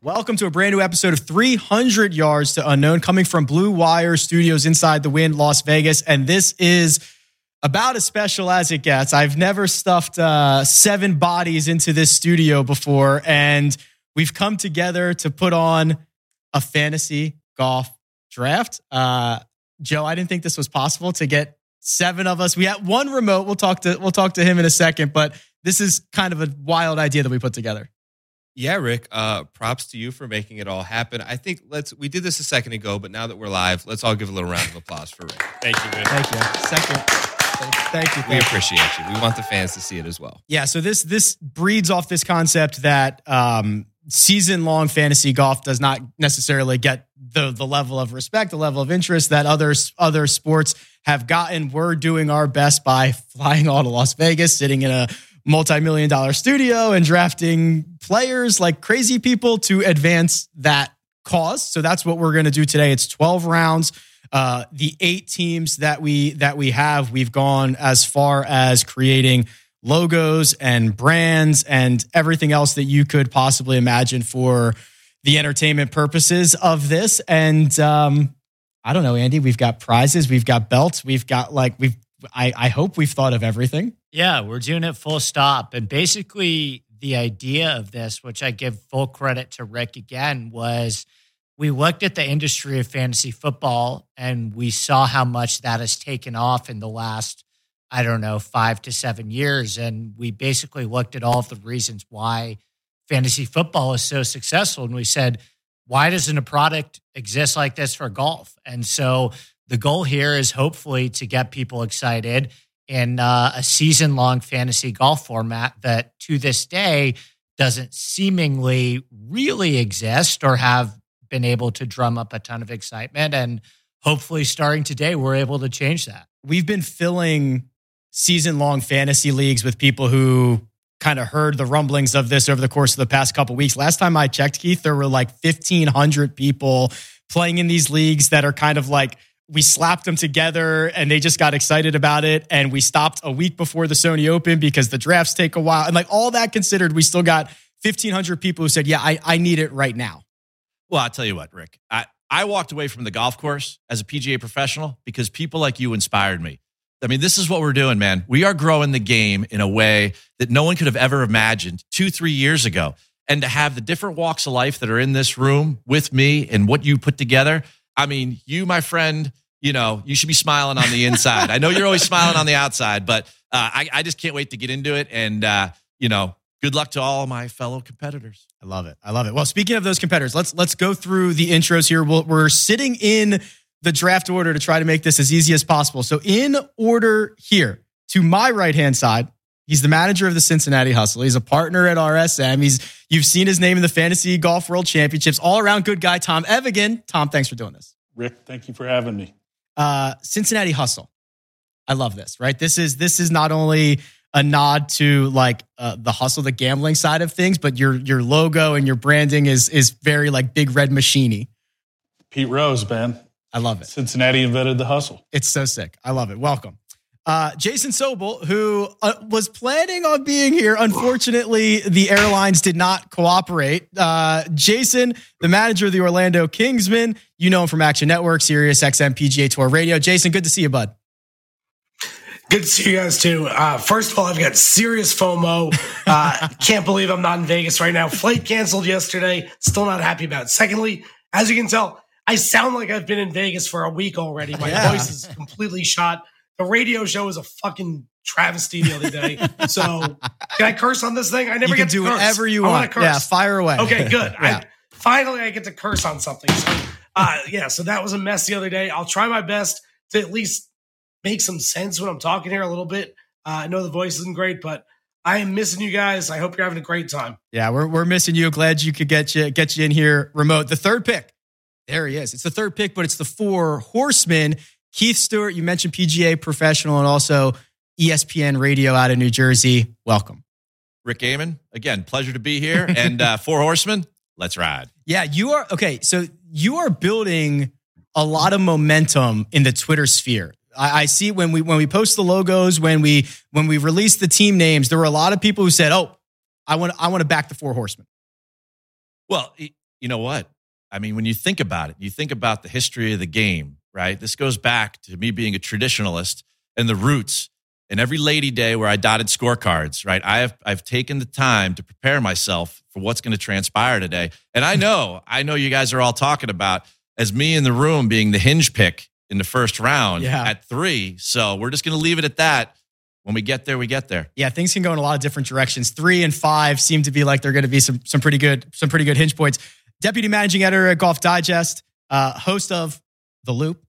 Welcome to a brand new episode of 300 Yards to Unknown, coming from Blue Wire Studios inside the wind, Las Vegas. And this is about as special as it gets. I've never stuffed uh, seven bodies into this studio before. And we've come together to put on a fantasy golf draft. Uh, Joe, I didn't think this was possible to get seven of us. We had one remote. We'll talk to we'll talk to him in a second, but this is kind of a wild idea that we put together. Yeah, Rick. Uh, props to you for making it all happen. I think let's we did this a second ago, but now that we're live, let's all give a little round of applause for Rick. Thank you, Vince. Thank you. Second. Thank, thank you. We Thank you. appreciate you. We want the fans to see it as well. Yeah. So this this breeds off this concept that um, season long fantasy golf does not necessarily get the the level of respect, the level of interest that other other sports have gotten. We're doing our best by flying all to Las Vegas, sitting in a multi-million dollar studio and drafting players like crazy people to advance that cause. So that's what we're going to do today. It's 12 rounds. Uh, the eight teams that we that we have, we've gone as far as creating logos and brands and everything else that you could possibly imagine for the entertainment purposes of this. And um, I don't know, Andy, we've got prizes, we've got belts, we've got like we've. I, I hope we've thought of everything. Yeah, we're doing it full stop. And basically, the idea of this, which I give full credit to Rick again, was we looked at the industry of fantasy football and we saw how much that has taken off in the last, I don't know, five to seven years. And we basically looked at all of the reasons why fantasy football is so successful. And we said, why doesn't a product exist like this for golf? And so the goal here is hopefully to get people excited in uh, a season long fantasy golf format that to this day doesn't seemingly really exist or have been able to drum up a ton of excitement. And hopefully, starting today, we're able to change that. We've been filling season long fantasy leagues with people who kind of heard the rumblings of this over the course of the past couple weeks. Last time I checked, Keith, there were like 1,500 people playing in these leagues that are kind of like we slapped them together and they just got excited about it. And we stopped a week before the Sony Open because the drafts take a while. And like all that considered, we still got 1,500 people who said, Yeah, I, I need it right now. Well, I'll tell you what, Rick. I, I walked away from the golf course as a PGA professional because people like you inspired me. I mean, this is what we're doing, man. We are growing the game in a way that no one could have ever imagined two, three years ago. And to have the different walks of life that are in this room with me and what you put together, I mean, you, my friend, you know, you should be smiling on the inside. I know you're always smiling on the outside, but uh, I, I just can't wait to get into it. And, uh, you know, good luck to all my fellow competitors. I love it. I love it. Well, speaking of those competitors, let's let's go through the intros here. We'll, we're sitting in the draft order to try to make this as easy as possible. So, in order here, to my right hand side, he's the manager of the Cincinnati Hustle. He's a partner at RSM. He's you've seen his name in the Fantasy Golf World Championships. All around good guy, Tom Evigan. Tom, thanks for doing this. Rick, thank you for having me. Uh, Cincinnati Hustle. I love this. Right. This is this is not only a nod to like uh, the hustle, the gambling side of things, but your your logo and your branding is is very like big red machiney. Pete Rose, man. I love it. Cincinnati invented the hustle. It's so sick. I love it. Welcome. Uh, Jason Sobel, who uh, was planning on being here, unfortunately, the airlines did not cooperate. Uh, Jason, the manager of the Orlando Kingsmen, you know him from Action Network, Sirius XM, PGA Tour Radio. Jason, good to see you, bud. Good to see you guys too. Uh, first of all, I've got serious FOMO. Uh, can't believe I'm not in Vegas right now. Flight canceled yesterday. Still not happy about it. Secondly, as you can tell, I sound like I've been in Vegas for a week already. My Yeah. voice is completely shot. The radio show was a fucking travesty the other day. So can I curse on this thing? I never you can get to do curse. whatever you I want. Curse. Yeah, fire away. Okay, good. Yeah. I, finally, I get to curse on something. So, uh, yeah, so that was a mess the other day. I'll try my best to at least make some sense when I'm talking here a little bit. Uh, I know the voice isn't great, but I am missing you guys. I hope you're having a great time. Yeah, we're, we're missing you. Glad you could get you get you in here remote. The third pick. There he is. It's the third pick, but it's the four horsemen. Keith Stewart, you mentioned PGA professional and also E ESPN radio out of New Jersey. Welcome. Rick Amon, again, pleasure to be here. And uh, Four Horsemen, let's ride. Yeah, you are okay. So you are building a lot of momentum in the Twitter sphere. I, I see when we when we post the logos, when we when we release the team names, there were a lot of people who said, "Oh, I want I want to back the four horsemen." Well, e- you know what? I mean, when you think about it, you think about the history of the game, right? This goes back to me being a traditionalist and the roots. And every lady day where I dotted scorecards, right? I have I've taken the time to prepare myself for what's going to transpire today. And I know, I know you guys are all talking about as me in the room being the hinge pick in the first round Yeah. at three. So we're just going to leave it at that. When we get there, we get there. Yeah, things can go in a lot of different directions. Three and five seem to be like they're going to be some some pretty good some pretty good hinge points. Deputy managing editor at Golf Digest, uh, host of the Loop,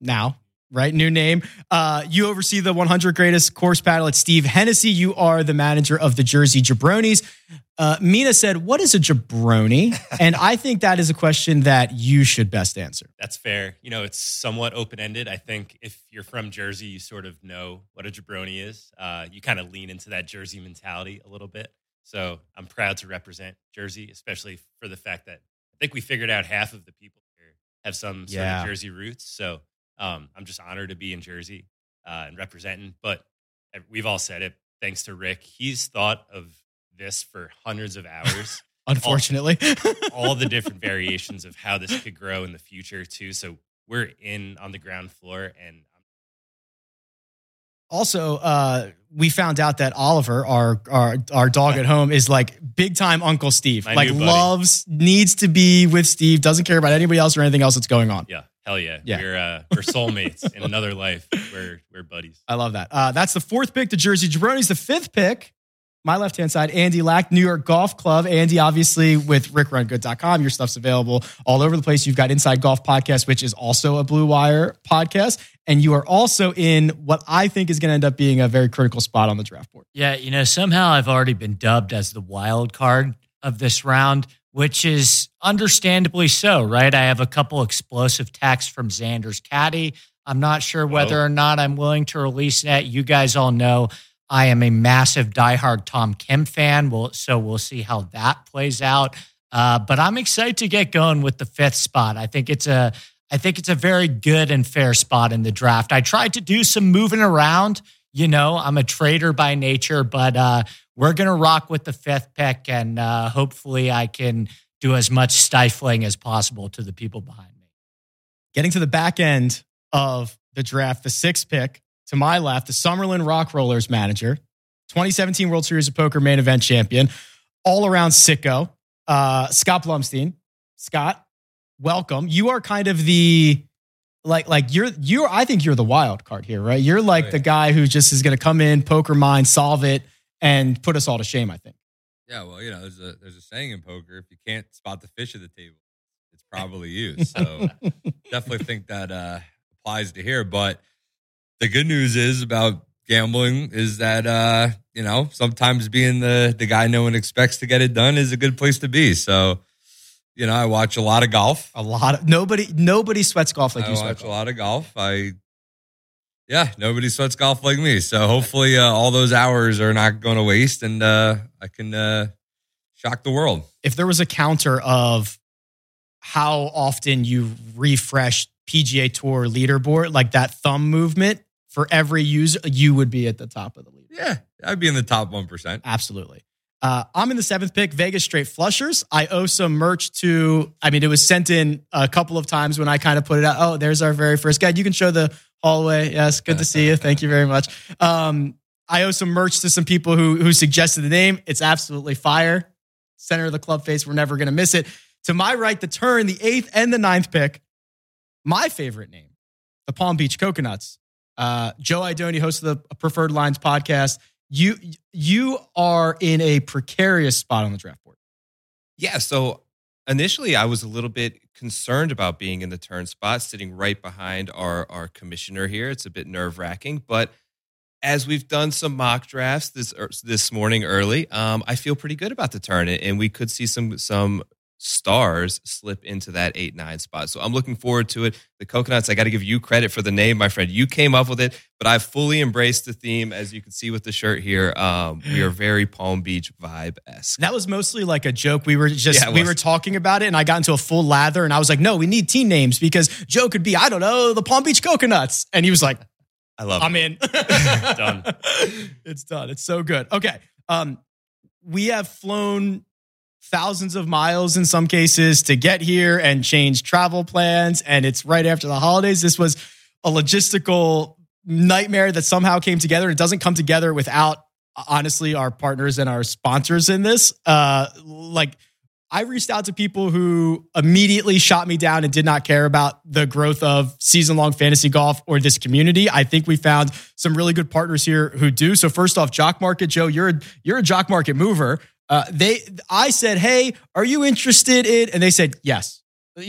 now right new name. Uh, you oversee the 100 greatest course paddle at Steve Hennessy. You are the manager of the Jersey Jabronis. Uh, Mina said, "What is a jabroni?" and I think that is a question that you should best answer. That's fair. You know, it's somewhat open ended. I think if you're from Jersey, you sort of know what a jabroni is. Uh, you kind of lean into that Jersey mentality a little bit. So I'm proud to represent Jersey, especially for the fact that I think we figured out half of the people here have some sort Yeah. of Jersey roots. So um, I'm just honored to be in Jersey uh, and representing. But eh, we've all said it. Thanks to Rick, he's thought of this for hundreds of hours Unfortunately, all the different variations of how this could grow in the future too. So we're in on the ground floor, and also uh, we found out that Oliver, our our our dog at home, is like big time Uncle Steve. My like new buddy. loves needs to be with Steve. Doesn't care about anybody else or anything else that's going on. yeah, hell yeah, Yeah. we're uh, we're soulmates in another life. We're we're buddies. I love that. Uh, that's the fourth pick to Jersey Jabronis. The fifth pick, my left hand side, Andy Lack, New York Golf Club. Andy, obviously, with rickrungood.com. Your stuff's available all over the place. You've got Inside Golf Podcast, which is also a Blue Wire podcast. And you are also in what I think is going to end up being a very critical spot on the draft board. Yeah, you know, somehow I've already been dubbed as the wild card of this round, which is understandably so, right? I have a couple explosive texts from Xander's caddy. I'm not sure whether or not I'm willing to release that. You guys all know I am a massive diehard Tom Kim fan, we'll, so we'll see how that plays out. Uh, but I'm excited to get going with the fifth spot. I think it's a, I think it's a very good and fair spot in the draft. I tried to do some moving around. You know, I'm a trader by nature, but uh, we're gonna rock with the fifth pick, and uh, hopefully, I can do as much stifling as possible to the people behind me. Getting to the back end of the draft, the sixth pick to my left, the Summerlin Rock Rollers manager, 2017 World Series of Poker main event champion, all around sicko, uh, Scott Blumstein. Scott, welcome. You are kind of the like like you're you're I think you're the wild card here, right? You're like Right. the guy who just is going to come in, poker mind, solve it, and put us all to shame. I think. Yeah, well, you know, there's a there's a saying in poker: if you can't spot the fish at the table, it's probably you. So definitely think that uh, applies to here. But the good news is about gambling is that uh, you know sometimes being the the guy no one expects to get it done is a good place to be. So you know, I watch a lot of golf. A lot of nobody nobody sweats golf like I you watch sweat. a golf. lot of golf. I yeah, nobody sweats golf like me. So hopefully, uh, all those hours are not going to waste, and uh, I can uh, shock the world. if there was a counter of how often you refresh PGA Tour leaderboard, like that thumb movement for every user, you would be at the top of the leaderboard. Yeah, I'd be in the top one percent. Absolutely. Uh, I'm in the seventh pick, Vegas Straight Flushers. I owe some merch to, I mean, it was sent in a couple of times when I kind of put it out. Oh, there's our very first guy. You can show the hallway. Yes, good to see you. Thank you very much. Um, I owe some merch to some people who, who suggested the name. It's absolutely fire. Center of the club face. We're never going to miss it. To my right, the turn, the eighth and the ninth pick. My favorite name, the Palm Beach Coconuts. Uh, Joe Idoni, host of the Preferred Lines podcast you you are in a precarious spot on the draft board. Yeah. So initially, I was a little bit concerned about being in the turn spot, sitting right behind our our commissioner here. It's a bit nerve wracking, but as we've done some mock drafts this er, this morning early, um, I feel pretty good about the turn, and we could see some some stars slip into that eight nine spot. So I'm looking forward to it. The coconuts, I got to give you credit for the name, my friend. You came up with it, but I fully embraced the theme, as you can see with the shirt here. Um, we are very Palm Beach vibe esque. That was mostly like a joke. We were just Yeah, it we was. were talking about it, and I got into a full lather, and I was like, "No, we need team names because Joe could be I don't know the Palm Beach Coconuts," and he was like, I love. "I'm in, Done. It's done. It's so good." Okay, um, we have flown thousands of miles in some cases to get here and change travel plans. And it's right after the holidays. This was a logistical nightmare that somehow came together. It doesn't come together without, honestly, our partners and our sponsors in this. Uh, like, I reached out to people who immediately shot me down and did not care about the growth of season long fantasy golf or this community. I think we found some really good partners here who do. So first off, Jock Market Joe, you're a, you're a Jock Market mover. Uh, they I said, "Hey, are you interested in?" And they said, "Yes."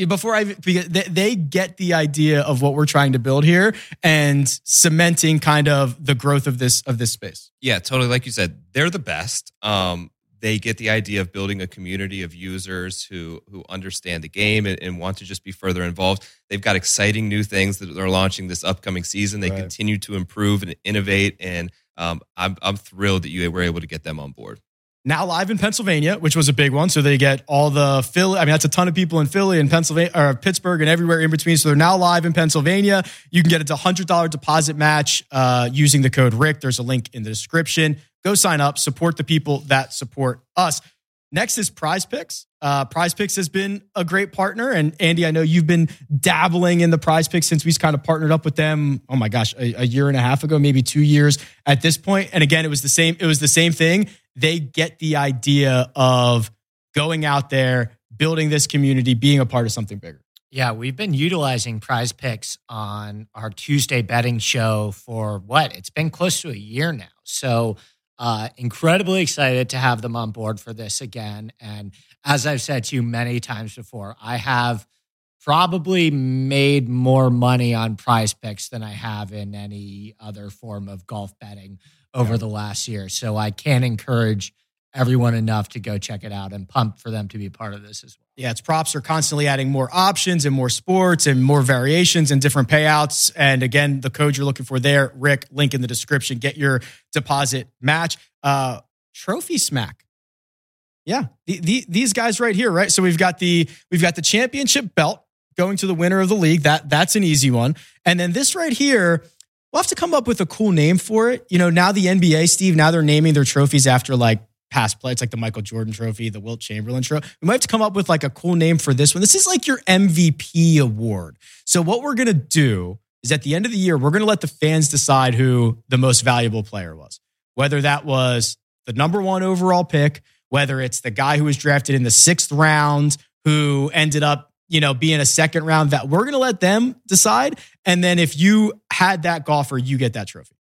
Before I because they, they get the idea of what we're trying to build here and cementing kind of the growth of this of this space. Yeah, totally. Like you said, they're the best. Um, they get the idea of building a community of users who who understand the game and, and want to just be further involved. They've got exciting new things that they're launching this upcoming season. They Right. continue to improve and innovate, and um, I'm I'm thrilled that you were able to get them on board. now live in Pennsylvania, which was a big one. So they get all the Philly. I mean, that's a ton of people in Philly and Pennsylvania or Pittsburgh and everywhere in between. So they're now live in Pennsylvania. You can get a hundred dollar deposit match uh, using the code Rick. There's a link in the description. Go sign up. Support the people that support us. Next is Prize Picks. Uh, Prize Picks has been a great partner, and Andy, I know you've been dabbling in the Prize Picks since we've kind of partnered up with them. Oh my gosh, a, a year and a half ago, maybe two years at this point. And again, it was the same. It was the same thing. They get the idea of going out there, building this community, being a part of something bigger. Yeah, we've been utilizing prize picks on our Tuesday betting show for what? It's been close to a year now. So, uh, incredibly excited to have them on board for this again. And as I've said to you many times before, I have probably made more money on prize picks than I have in any other form of golf betting over the last year. So, I can't encourage everyone enough to go check it out and pump for them to be part of this as well. Yeah, its props are constantly adding more options and more sports and more variations and different payouts. And again, the code you're looking for there, Rick, link in the description. Get your deposit match. Uh, Trophy Smack. Yeah, the, the, these guys right here, right? So we've got the we've got the championship belt going to the winner of the league. That that's an easy one. And then this right here, we'll have to come up with a cool name for it. You know, now the NBA, Steve, now they're naming their trophies after like past play. It's like the Michael Jordan trophy, the Wilt Chamberlain trophy. We might have to come up with like a cool name for this one. This is like your MVP award. So what we're gonna do is at the end of the year, we're gonna let the fans decide who the most valuable player was. Whether that was the number one overall pick, whether it's the guy who was drafted in the sixth round, who ended up, you know, being a second round that we're gonna let them decide. And then if you had that golfer, you get that trophy.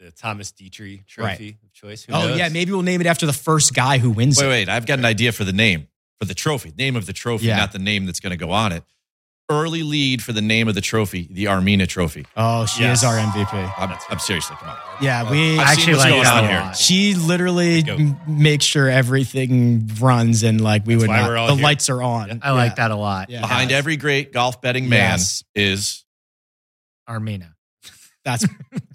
The Thomas Dietrich Trophy Right. of choice. Who Oh knows? yeah, maybe we'll name it after the first guy who wins. Wait, it. wait. I've got an idea for the name for the trophy. Name of the trophy, Yeah. not the name that's going to go on it. Early lead for the name of the trophy, the Armina Trophy. Oh, she Yes. is our MVP. I'm, I'm seriously, come on. Yeah, we. I've seen actually what's like going that on a here. lot. she literally Go. m- makes sure everything runs and like we That's would why not. we're all the here. lights are on. I like that a lot. Yeah. Behind Yes. every great golf betting man Yes. is Armina. That's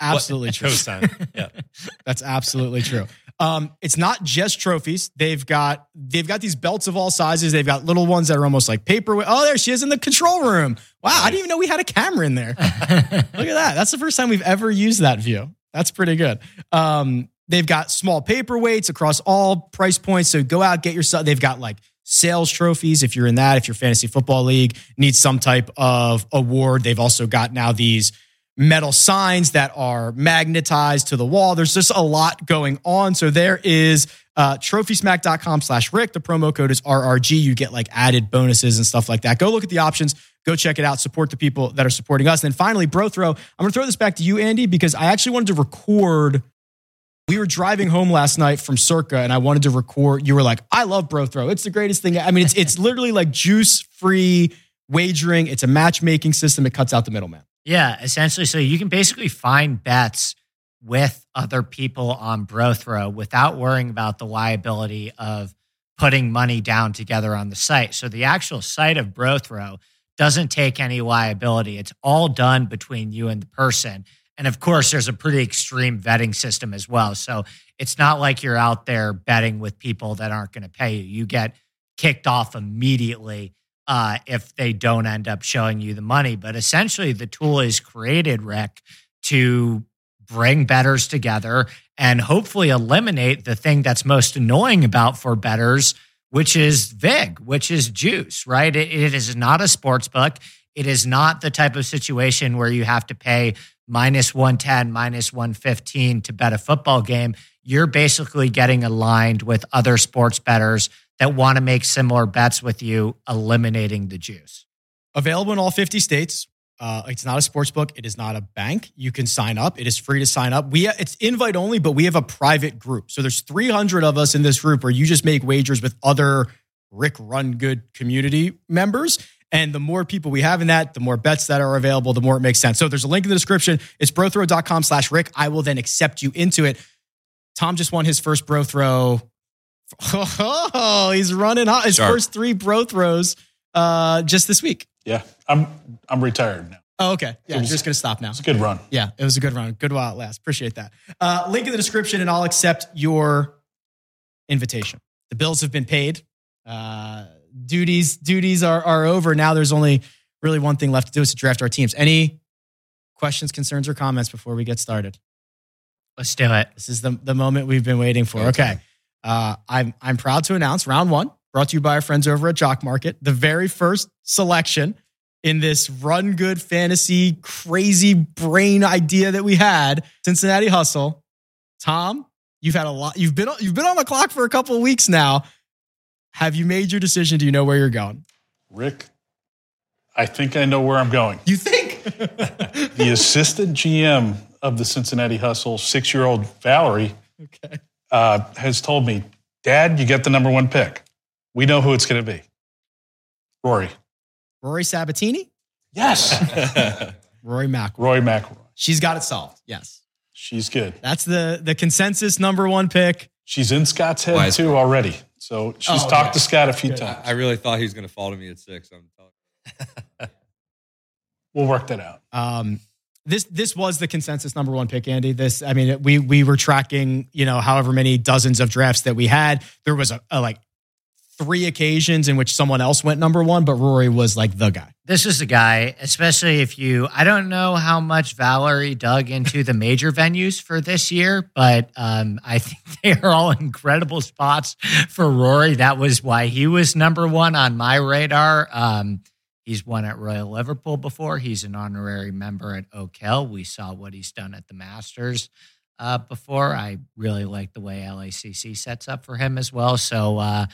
absolutely true. Co-sign. yeah. That's absolutely true. Um, it's not just trophies. They've got they've got these belts of all sizes. They've got little ones that are almost like paperweight. Oh, there she is in the control room. Wow, I didn't even know we had a camera in there. Look at that. That's the first time we've ever used that view. That's pretty good. Um, they've got small paperweights across all price points. So go out, get yourself. They've got like sales trophies if you're in that. If your fantasy football league needs some type of award, they've also got now these metal signs that are magnetized to the wall. There's just a lot going on. So there is uh, trophysmack.com slash Rick. The promo code is RRG. You get like added bonuses and stuff like that. Go look at the options. Go check it out. Support the people that are supporting us. And then finally, Bro Throw. I'm going to throw this back to you, Andy, because I actually wanted to record. We were driving home last night from Circa, and I wanted to record. You were like, "I love Bro Throw. It's the greatest thing." I mean, it's it's literally like juice free wagering. It's a matchmaking system. It cuts out the middleman. Yeah, essentially. So you can basically find bets with other people on Brothrow without worrying about the liability of putting money down together on the site. So the actual site of Brothrow doesn't take any liability. It's all done between you and the person. And of course, there's a pretty extreme vetting system as well. So it's not like you're out there betting with people that aren't going to pay you. You get kicked off immediately uh, if they don't end up showing you the money. But essentially, the tool is created, Rick, to bring betters together and hopefully eliminate the thing that's most annoying about for betters, which is VIG, which is juice, right? It- it is not a sports book. It is not the type of situation where you have to pay minus 110, minus 115 to bet a football game. You're basically getting aligned with other sports betters that want to make similar bets with you, eliminating the juice. Available in all 50 states. Uh, it's not a sports book. It is not a bank. You can sign up. It is free to sign up. We it's invite only, but we have a private group. So there's 300 of us in this group where you just make wagers with other Rick Run Good community members. And the more people we have in that, the more bets that are available, the more it makes sense. So there's a link in the description. It's brothrow.com slash Rick. I will then accept you into it. Tom just won his first bro throw. Oh, he's running hot. His Sharp. first three bro throws uh, just this week. Yeah, I'm I'm retired now. Oh, okay. Yeah, was- just gonna stop now. It's a good run. Yeah, it was a good run. Good while it lasts. Appreciate that. Uh, link in the description, and I'll accept your invitation. The bills have been paid. Uh, duties duties are are over. Now there's only really one thing left to do is to draft our teams. Any questions, concerns, or comments before we get started? Let's do it. This is the the moment we've been waiting for. Okay. Uh, I'm I'm proud to announce round one brought to you by our friends over at Jock Market, the very first selection in this run good fantasy crazy brain idea that we had. Cincinnati Hustle, Tom, you've had a lot. You've been on- you've been on the clock for a couple of weeks now. Have you made your decision? Do you know where you're going? Rick, I think I know where I'm going. You think? The assistant GM of the Cincinnati Hustle, six year old Valerie, okay. uh, has told me, Dad, you get the number one pick. We know who it's going to be. Rory. Rory Sabatini, Yes. Rory McIlroy. Roy McElroy. She's got it solved. Yes. She's good. That's the the consensus number one pick. She's in Scott's head Why is- too already. So she's Oh, talked yeah. to Scott a few I, times. I really thought he was going to fall to me at six. I'm telling We'll work that out. Um, this this was the consensus number one pick, Andy. This, I mean, we we were tracking, you know, however many dozens of drafts that we had. There was a, a like three occasions in which someone else went number one, but Rory was like the guy. This is the guy, especially if you, I don't know how much Valerie dug into the major venues for this year, but um, I think they are all incredible spots for Rory. That was why he was number one on my radar. Um, he's won at Royal Liverpool before, he's an honorary member at Oak Hill. We saw what he's done at the Masters. Uh, before I really like the way LACC sets up for him as well. So uh,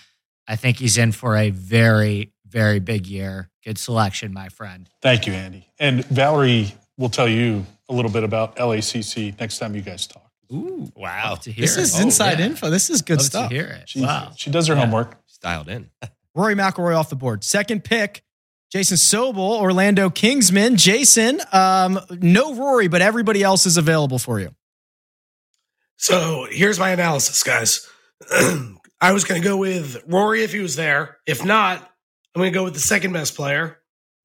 I think he's in for a very, very big year. Good selection, my friend. Thank you, Andy. And Valerie will tell you a little bit about LACC next time you guys talk. Ooh, Wow. Love to hear this it. Oh, is inside yeah. info. This is good Love stuff. to hear it. She, Wow. she does her homework. you, styled in. Rory McIlroy off the board. Second pick, Jason Sobel, Orlando Kingsman. Jason, um, no Rory, but everybody else is available for you. So here's my analysis, guys. I was going to go with Rory if he was there. If not, I'm going to go with the second best player.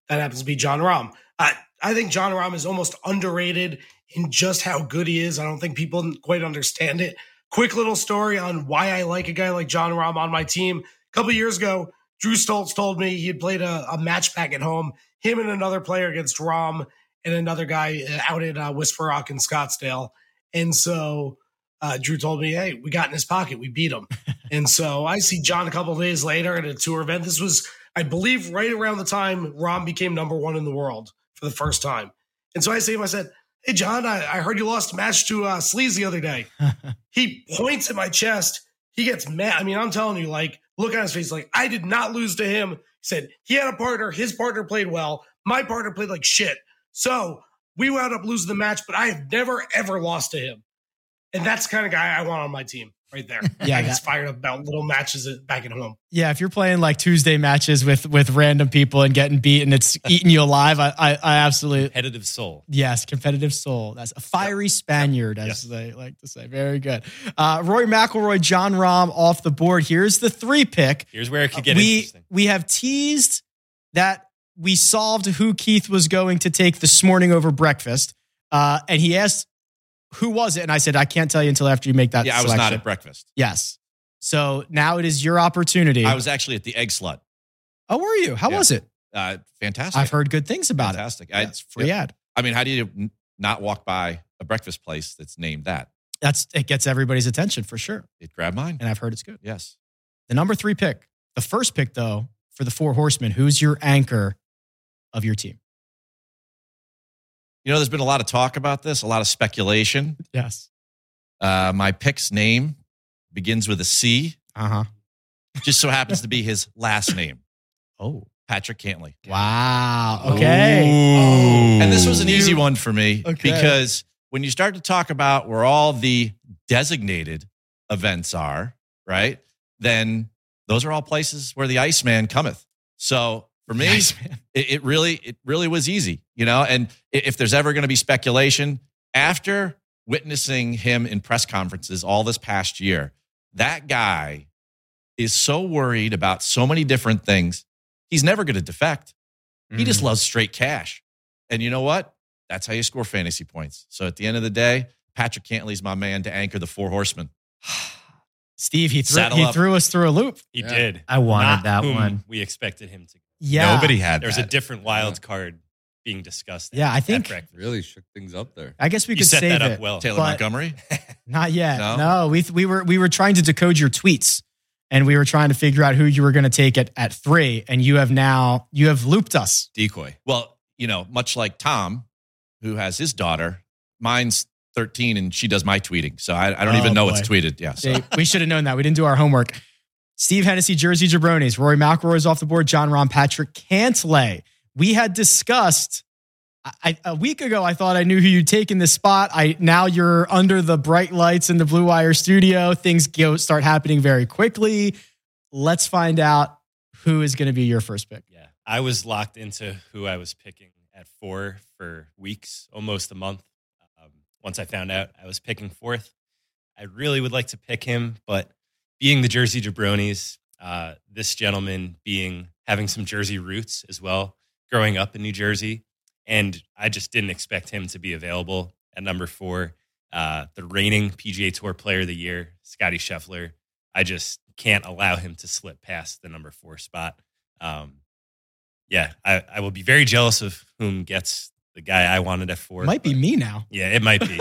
That happens to be John Rahm. I, I think John Rahm is almost underrated in just how good he is. I don't think people quite understand it. Quick little story on why I like a guy like John Rahm on my team. A couple years ago, Drew Stoltz told me he had played a, a match back at home, him and another player against Rahm and another guy out at uh, Whisper Rock in Scottsdale. And so uh, Drew told me, "Hey, we got in his pocket. We beat him." and so I see John a couple days later at a tour event. This was, I believe, right around the time Rom became number one in the world for the first time. And so I see him. I said, "Hey, John, I, I heard you lost a match to uh, Sleaze the other day." he points at my chest. He gets mad. I mean, I'm telling you, like, look on his face. Like, I did not lose to him. He said he had a partner. His partner played well. My partner played like shit. So we wound up losing the match. But I have never ever lost to him. And that's the kind of guy I want on my team right there. Yeah, I gets fired up about little matches at- back at home. Yeah, if you're playing like Tuesday matches with with random people and getting beat and it's eating you alive, I I, I absolutely Competitive soul. Yes, competitive soul. That's a fiery Spaniard, as Yes. they like to say. Very good. Uh, Roy McElroy, John Rahm off the board. Here's the three pick. Here's where it could Uh, get we interesting. we have teased that we solved who Keith was going to take this morning over breakfast, uh, and he asked who was it, and I said I can't tell you until after you make that. yeah, I was not selection. at breakfast. yes. So now it is your opportunity. I was actually at the egg slut. oh, were you? How Yeah. was it? Uh, fantastic. I've heard good things about fantastic. it. I, It's free ad. I mean, how do you n- not walk by a breakfast place that's named that. That's it gets everybody's attention for sure. It grabbed mine. And I've heard it's good. Yes. The number three pick, the first pick though, for the four horsemen, who's your anchor of your team? You know, there's been a lot of talk about this, a lot of speculation. Yes. Uh, my pick's name begins with a C, Uh-huh. just so happens to be his last name, Oh. Patrick Cantley. Wow. Okay. Oh. And this was an easy one for me Okay. because when you start to talk about where all the designated events are, right? Then those are all places where the Iceman cometh. So for me, it, it really, it really was easy, you know. And i- if there's ever going to be speculation after witnessing him in press conferences all this past year, that guy is so worried about so many different things. He's never going to defect. He just loves straight cash. And you know what? That's how you score fantasy points. So at the end of the day, Patrick Cantley's my man to anchor the four horsemen. Steve, he threw, Saddle he up. threw us through a loop. He Yeah. did. I wanted Not that whom one. We expected him to. Yeah. Nobody had There was a that. different wild card being discussed. at- Yeah, I at think- breakfast. really shook things up there. I guess we you could set save that up it. well. Taylor But- Montgomery. Not yet. No? No, we we were we were trying to decode your tweets, and we were trying to figure out who you were going to take at at three, and you have now you have looped us. Decoy. Well, you know, much like Tom, who has his daughter, mine's 13 and she does my tweeting. So I, I don't Oh, even know what's boy. tweeted. Yeah. So They- we should have known that. We didn't do our homework. Steve Hennessy, Jersey Jabronis, Rory McIlroy is off the board. John Ron Patrick Cantlay. We had discussed I, a week ago. I thought I knew who you'd take in this spot. I now you're under the bright lights in the Blue Wire studio. Things go start happening very quickly. Let's find out who is going to be your first pick. Yeah. I was locked into who I was picking at four for weeks, almost a month. Um, once I found out I was picking fourth, I really would like to pick him, but being the Jersey Jabronis, uh, this gentleman being having some Jersey roots as well, growing up in New Jersey, and I just didn't expect him to be available at number four. Uh, the reigning PGA Tour Player of the Year, Scotty Scheffler. I just can't allow him to slip past the number four spot. Um, yeah, I, I will be very jealous of whom gets the guy I wanted at four. Might be but- me now. Yeah, it might be.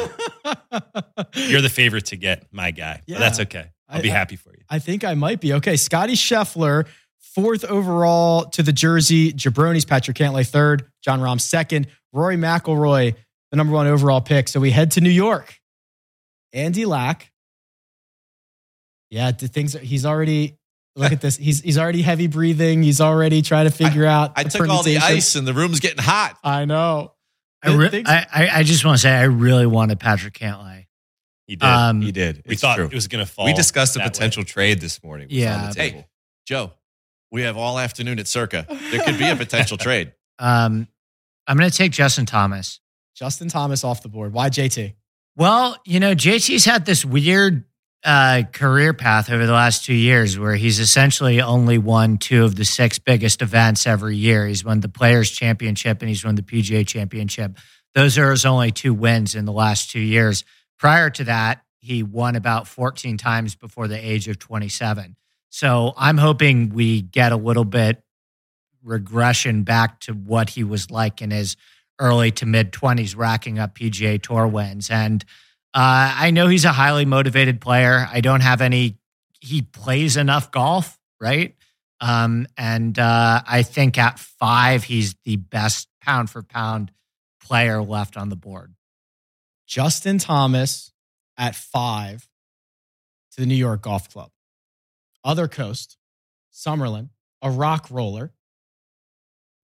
You're the favorite to get my guy. Yeah. But that's okay. I'll I- be I- happy for you. I think I might be. Okay. Scotty Scheffler, fourth overall to the Jersey. Jabronis, Patrick Cantlay, third. John Rahm, second. Rory McIlroy, the number one overall pick. So we head to New York. Andy Lack. Yeah, the things he's already. Look at this. He's he's already heavy breathing. He's already trying to figure out. I took all the permutations. ice and the room's getting hot. I know. I, re- Things- I, I, I just want to say I really wanted Patrick Cantlay. He did. Um, He did. we It's thought true. it was going to fall. we discussed a that way. potential trade this morning. which is on the Yeah. table. Joe, we have all afternoon at Circa. There could be a potential trade. Um, I'm going to take Justin Thomas. Justin Thomas off the board. Why JT? Well, you know, JT's had this weird uh, career path over the last two years where he's essentially only won two of the six biggest events every year. He's won the Players' Championship and he's won the PGA Championship. Those are his only two wins in the last two years. Prior to that, he won about 14 times before the age of 27. So I'm hoping we get a little bit regression back to what he was like in his early to mid 20s, racking up PGA Tour wins. And uh, I know he's a highly motivated player. I don't have any, he plays enough golf, right? Um, and uh, I think at five, he's the best pound for pound player left on the board. Justin Thomas at five to the New York Golf Club. Other coast, Summerlin, a rock roller.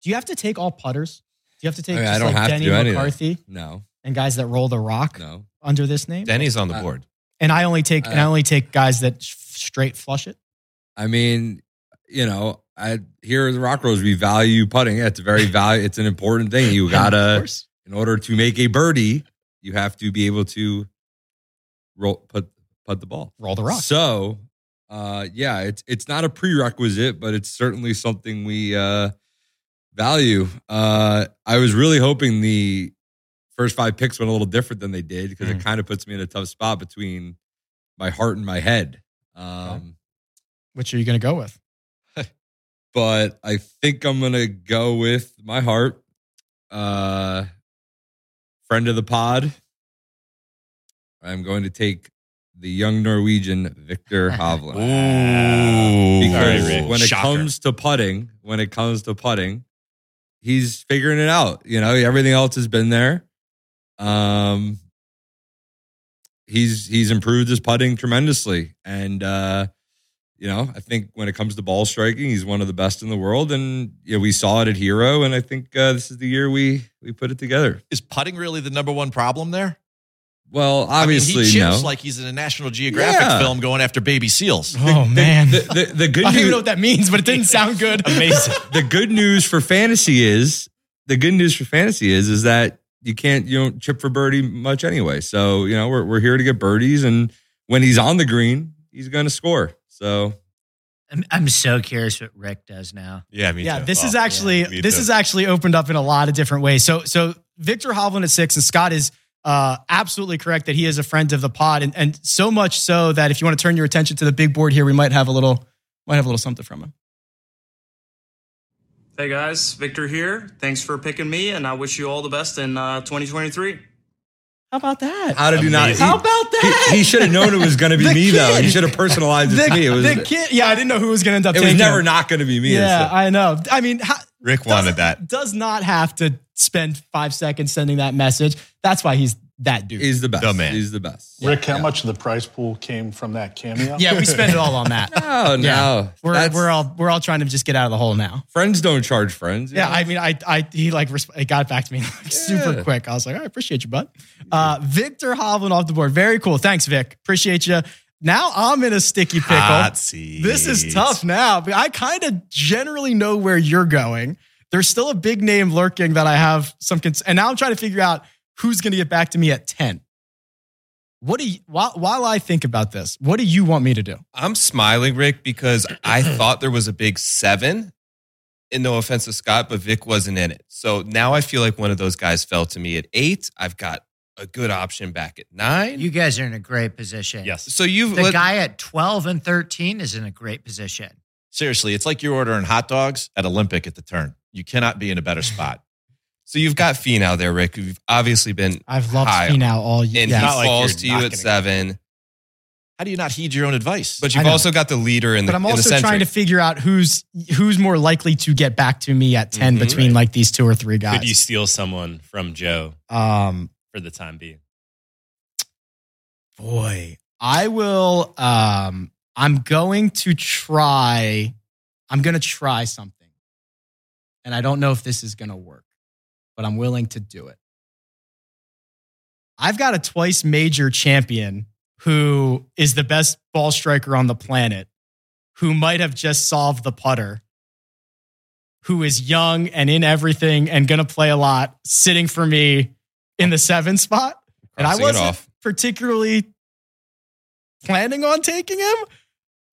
Do you have to take all putters? Do you have to take I mean, I just don't like have to Denny do anything. McCarthy No, and guys that roll the rock no. under this name? Denny's on the Uh, board. and I only take and I Uh, only take guys that sh- straight flush it. I mean, you know, I here at the Rock Rose, we value putting. It's a very value. It's an important thing. You Of gotta, course. in order to make a birdie, you have to be able to roll put put the ball. roll the rock. So, uh, yeah, it's it's not a prerequisite, but it's certainly something we uh, value. Uh, I was really hoping the first five picks went a little different than they did because Mm. it kind of puts me in a tough spot between my heart and my head. Um, Which are you going to go with? but I think I'm gonna go with my heart. Uh, friend of the pod. I'm going to take the young Norwegian Victor Hovland. because Sorry, Rick. when it Shocker. comes to putting, when it comes to putting, he's figuring it out. You know, everything else has been there. Um, he's he's improved his putting tremendously, and uh, you know, I think when it comes to ball striking, he's one of the best in the world. And you know, we saw it at Hero, and I think uh, this is the year we we put it together. Is putting really the number one problem there? Well, obviously, I mean, he chips no. like he's in a National Geographic Yeah. film going after baby seals. Oh man, the, the, the good I don't even news- know what that means, but it didn't sound good. Amazing. the good news for fantasy is the good news for fantasy is is that you can't you don't chip for birdie much anyway. So you know we're we're here to get birdies, and when he's on the green, he's going to score. So I'm, I'm so curious what Rick does now. Yeah, me yeah, Oh, this is actually me this too. is actually opened up in a lot of different ways. So so Victor Hovland at six and Scott is uh, absolutely correct that he is a friend of the pod, and and so much so that if you want to turn your attention to the big board here, we might have a little might have a little something from him. Hey guys, Victor here. Thanks for picking me, and I wish you all the best in uh, 2023. How about that? how did he not? He, How about that? he, should have known it was going to be The me though. He kid. should have personalized it to me. It was the kid, yeah, I didn't know who was going to end up. it was taking never him. not going to be me. Yeah, It's- I know. I mean, how, Rick does- Does not have to spend five seconds sending that message. That's why he's that dude. he's the best. The man. He's the best. Rick, how Yeah. much of the prize pool came from that cameo? yeah, we spend it all on that. Oh no, Yeah. We're That's- we're all we're all trying to just get out of the hole now. friends don't charge friends. you Yeah, know? I mean, I, I, he like resp- it got back to me like super Yeah. quick. I was like, I appreciate you, bud. Uh, Victor Hovland off the board, very cool. Thanks, Vic. Appreciate you. Now I'm in a sticky pickle. This is tough now. but I kind of generally know where you're going. There's still a big name lurking that I have some cons- and now I'm trying to figure out who's going to get back to me at ten. What do you, while, while I think about this, what do you want me to do? I'm smiling, Rick, because I thought there was a big seven. And no offense to Scott, but Vic wasn't in it. So now I feel like one of those guys fell to me at eight. I've got a good option back at nine. You guys are in a great position. Yes. so you've The let- guy at 12 and 13 is in a great position. Seriously, it's like you're ordering hot dogs at Olympic at the turn. You cannot be in a better spot. so you've got Fee now there, Rick. You've obviously been I've loved Hi. Finau all year. and Yes. he Not like falls you're to you not at gonna- seven. How do you not heed your own advice? But I you've know. also got the leader in the but I'm in the also century. trying to figure out who's who's more likely to get back to me at 10 Mhm. between like these two or three Could you guys. steal someone from Joe um for the time being? boy, I will um I'm going to try I'm going to try something. And I don't know if this is going to work, but I'm willing to do it. I've got a twice major champion who is the best ball striker on the planet, who might have just solved the putter, who is young and in everything and going to play a lot, sitting for me in the seven spot. And I Crossing it wasn't off. particularly planning on taking him.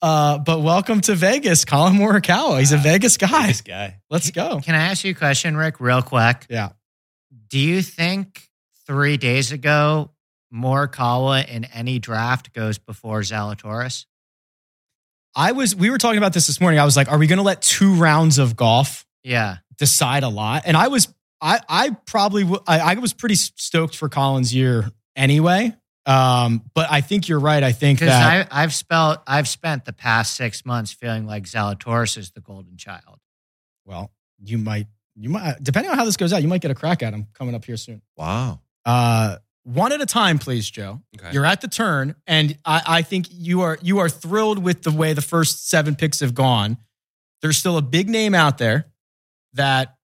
Uh, but welcome to Vegas, Colin Morikawa. Ah, He's a Vegas guy. This guy. Let's go. Can I ask you a question, Rick, real quick? Yeah. Do you think three days ago, Morikawa in any draft goes before Zalatoris? I was we were talking about this this morning. I was like, are we going to let two rounds of golf Yeah. decide a lot? And I was I I probably w- I, I was pretty stoked for Colin's year anyway. Um, but I think you're right. I think Because that I I've spelt I've spent the past six months feeling like Zalatoris is the golden child. well, you might you might depending on how this goes out, you might get a crack at him coming up here soon. wow. Uh, one at a time, please, Joe. Okay. You're at the turn, and I, I think you are you are thrilled with the way the first seven picks have gone. There's still a big name out there that,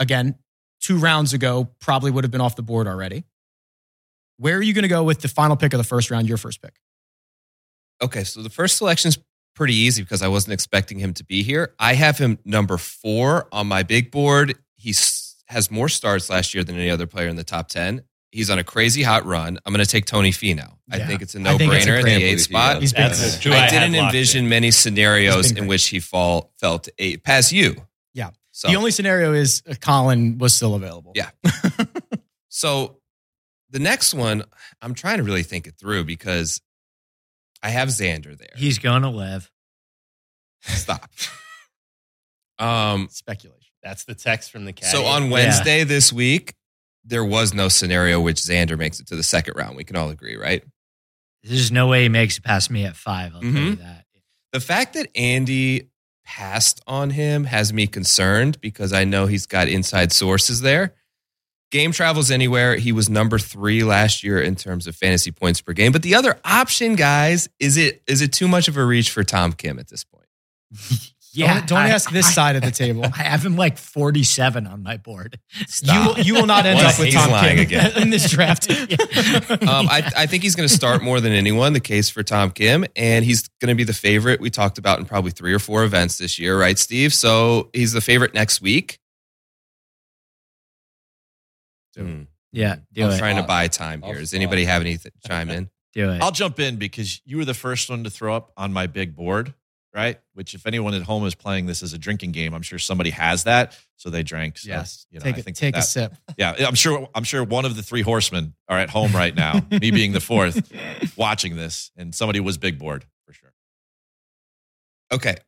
again, two rounds ago probably would have been off the board already. Where are you going to go with the final pick of the first round? Your first pick. Okay, so the first selection's pretty easy because I wasn't expecting him to be here. I have him number four on my big board. He s- has more starts last year than any other player in the top 10. He's on a crazy hot run. I'm going to take Tony Fino. I Yeah. think it's a I no think it's a brainer in great the move, eighth spot. He's been- That's who good. I had didn't locked envision in. many He's scenarios been in great. which he fall fell to eight. Pass you. Yeah. So The only scenario is uh, Colin was still available. Yeah. So the next one, I'm trying to really think it through because I have Xander there. He's gonna live. Stop. um Speculation. That's the text from the cat. So on Wednesday this week, there was no scenario which Xander makes it to the second round. We can all agree, right? There's no way he makes it past me at five. I'll Mm-hmm. tell you Mhm. that. The fact that Andy passed on him has me concerned because I know he's got inside sources there. Game travels anywhere. He was number three last year in terms of fantasy points per game. But the other option, guys, is it is it too much of a reach for Tom Kim at this point? Yeah. don't, don't I- ask this I- side of the table. I have him like 47 on my board. You will, you will not end Well, up with he's Tom lying Kim again. in this draft. Um, I, I think he's going to start more than anyone. The case for Tom Kim, and he's going to be the favorite we talked about in probably three or four events this year, right, Steve? So he's the favorite next week. Hmm. yeah. Do I'm it. trying to buy time here. Does anybody have any th- chime in? do it. I'll jump in because you were the first one to throw up on my big board, right? Which, if anyone at home is playing this as a drinking game, I'm sure somebody has that, so they drank. So, Yes. you know, take I a, think take that, a sip. Yeah, I'm sure. I'm sure one of the three horsemen are at home right now. me being the fourth, watching this, and somebody was big board for sure. Okay.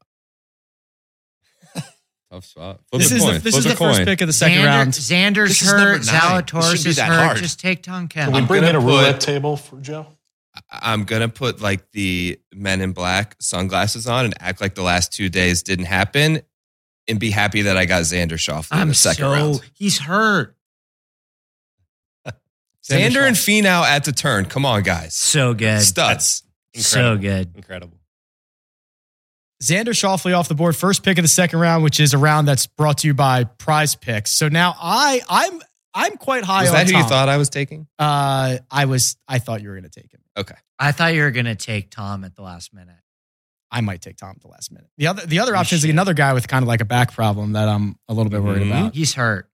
Tough spot. Flip This a is coin. the, this Flip is a the first coin. pick of the second Xander- round. Xander's This is hurt. number nine. This Zalatoris shouldn't be is that hurt. hard. Just take Tom Can Kemp. we I'm bring in gonna a roulette put- table for Joe? I- I'm gonna put like the Men in Black sunglasses on and act like the last two days didn't happen, and be happy that I got Xander Schauffele in I'm the second so round. he's hurt. Xander and Finau at the turn. Come on, guys. So good. Studs. Incredible. So good. Incredible. Xander Shoffley off the board, first pick of the second round, which is a round that's brought to you by Prize Picks. So now I I'm I'm quite high Was on that who you Tom. thought I was taking? Uh, I was I thought you were going to take him. I thought you were gonna take Tom at the last minute. I might take Tom at the last minute. The other the Oh, other option is another guy with kind of like a back problem that I'm a little bit worried Mhm. about. He's hurt.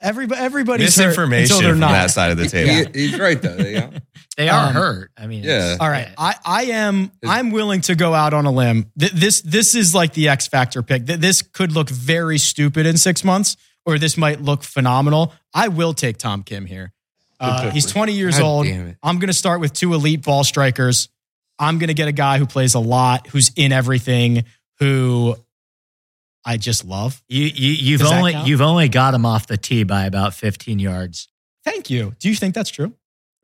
Everybody, everybody's hurt Misinformation until they're from not. that side of the table. Yeah. He- he's right though. Yeah. They are Um, hurt. I mean, yeah. it's- All right, I, I am Is- I'm willing to go out on a limb. Th- this this is like the X factor pick. Th- This could look very stupid in six months, or this might look phenomenal. I will take Tom Kim here. Uh, Good pick, he's Rick. 20 years God old. damn it. I'm going to start with two elite ball strikers. I'm going to get a guy who plays a lot, who's in everything, who I just love. You, you you've Does that only count? you've only got him off the tee by about 15 yards. Thank you. Do you think that's true?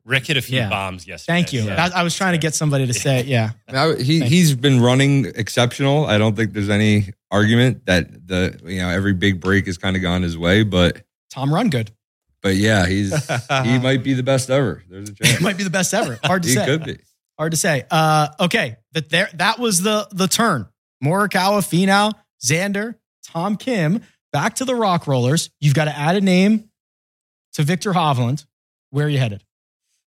Rick hit a few Yeah. bombs yesterday. Thank you. so- That- I, was trying to get somebody to say it. Yeah. I mean, I- he Thank he's been running exceptional. I don't think there's any argument that the you know every big break has kind of gone his way, but Tom Rungood. but yeah, he's he might be the best ever. There's a It chance. might be the best ever. Hard to he say. could be. Hard to say. Uh, okay, that there that was the the turn. Morikawa, Finau, Xander, Tom Kim. Back to the Rock Rollers. You've got to add a name to Victor Hovland. Where are you headed?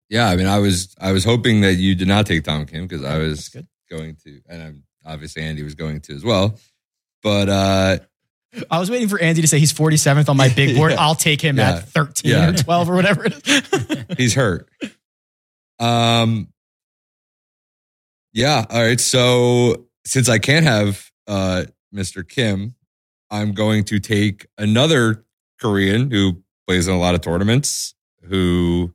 Yeah, I mean, I was I was hoping that you did not take Tom Kim because I was good. going to, and I'm obviously Andy was going to as well. But uh I was waiting for Andy to say he's 47th on my big board. Yeah. I'll take him Yeah. at 13 Yeah. or 12 or whatever it is. he's hurt. Um. Yeah. All right. So since I can't have uh Mr. Kim, I'm going to take another Korean who plays in a lot of tournaments. Who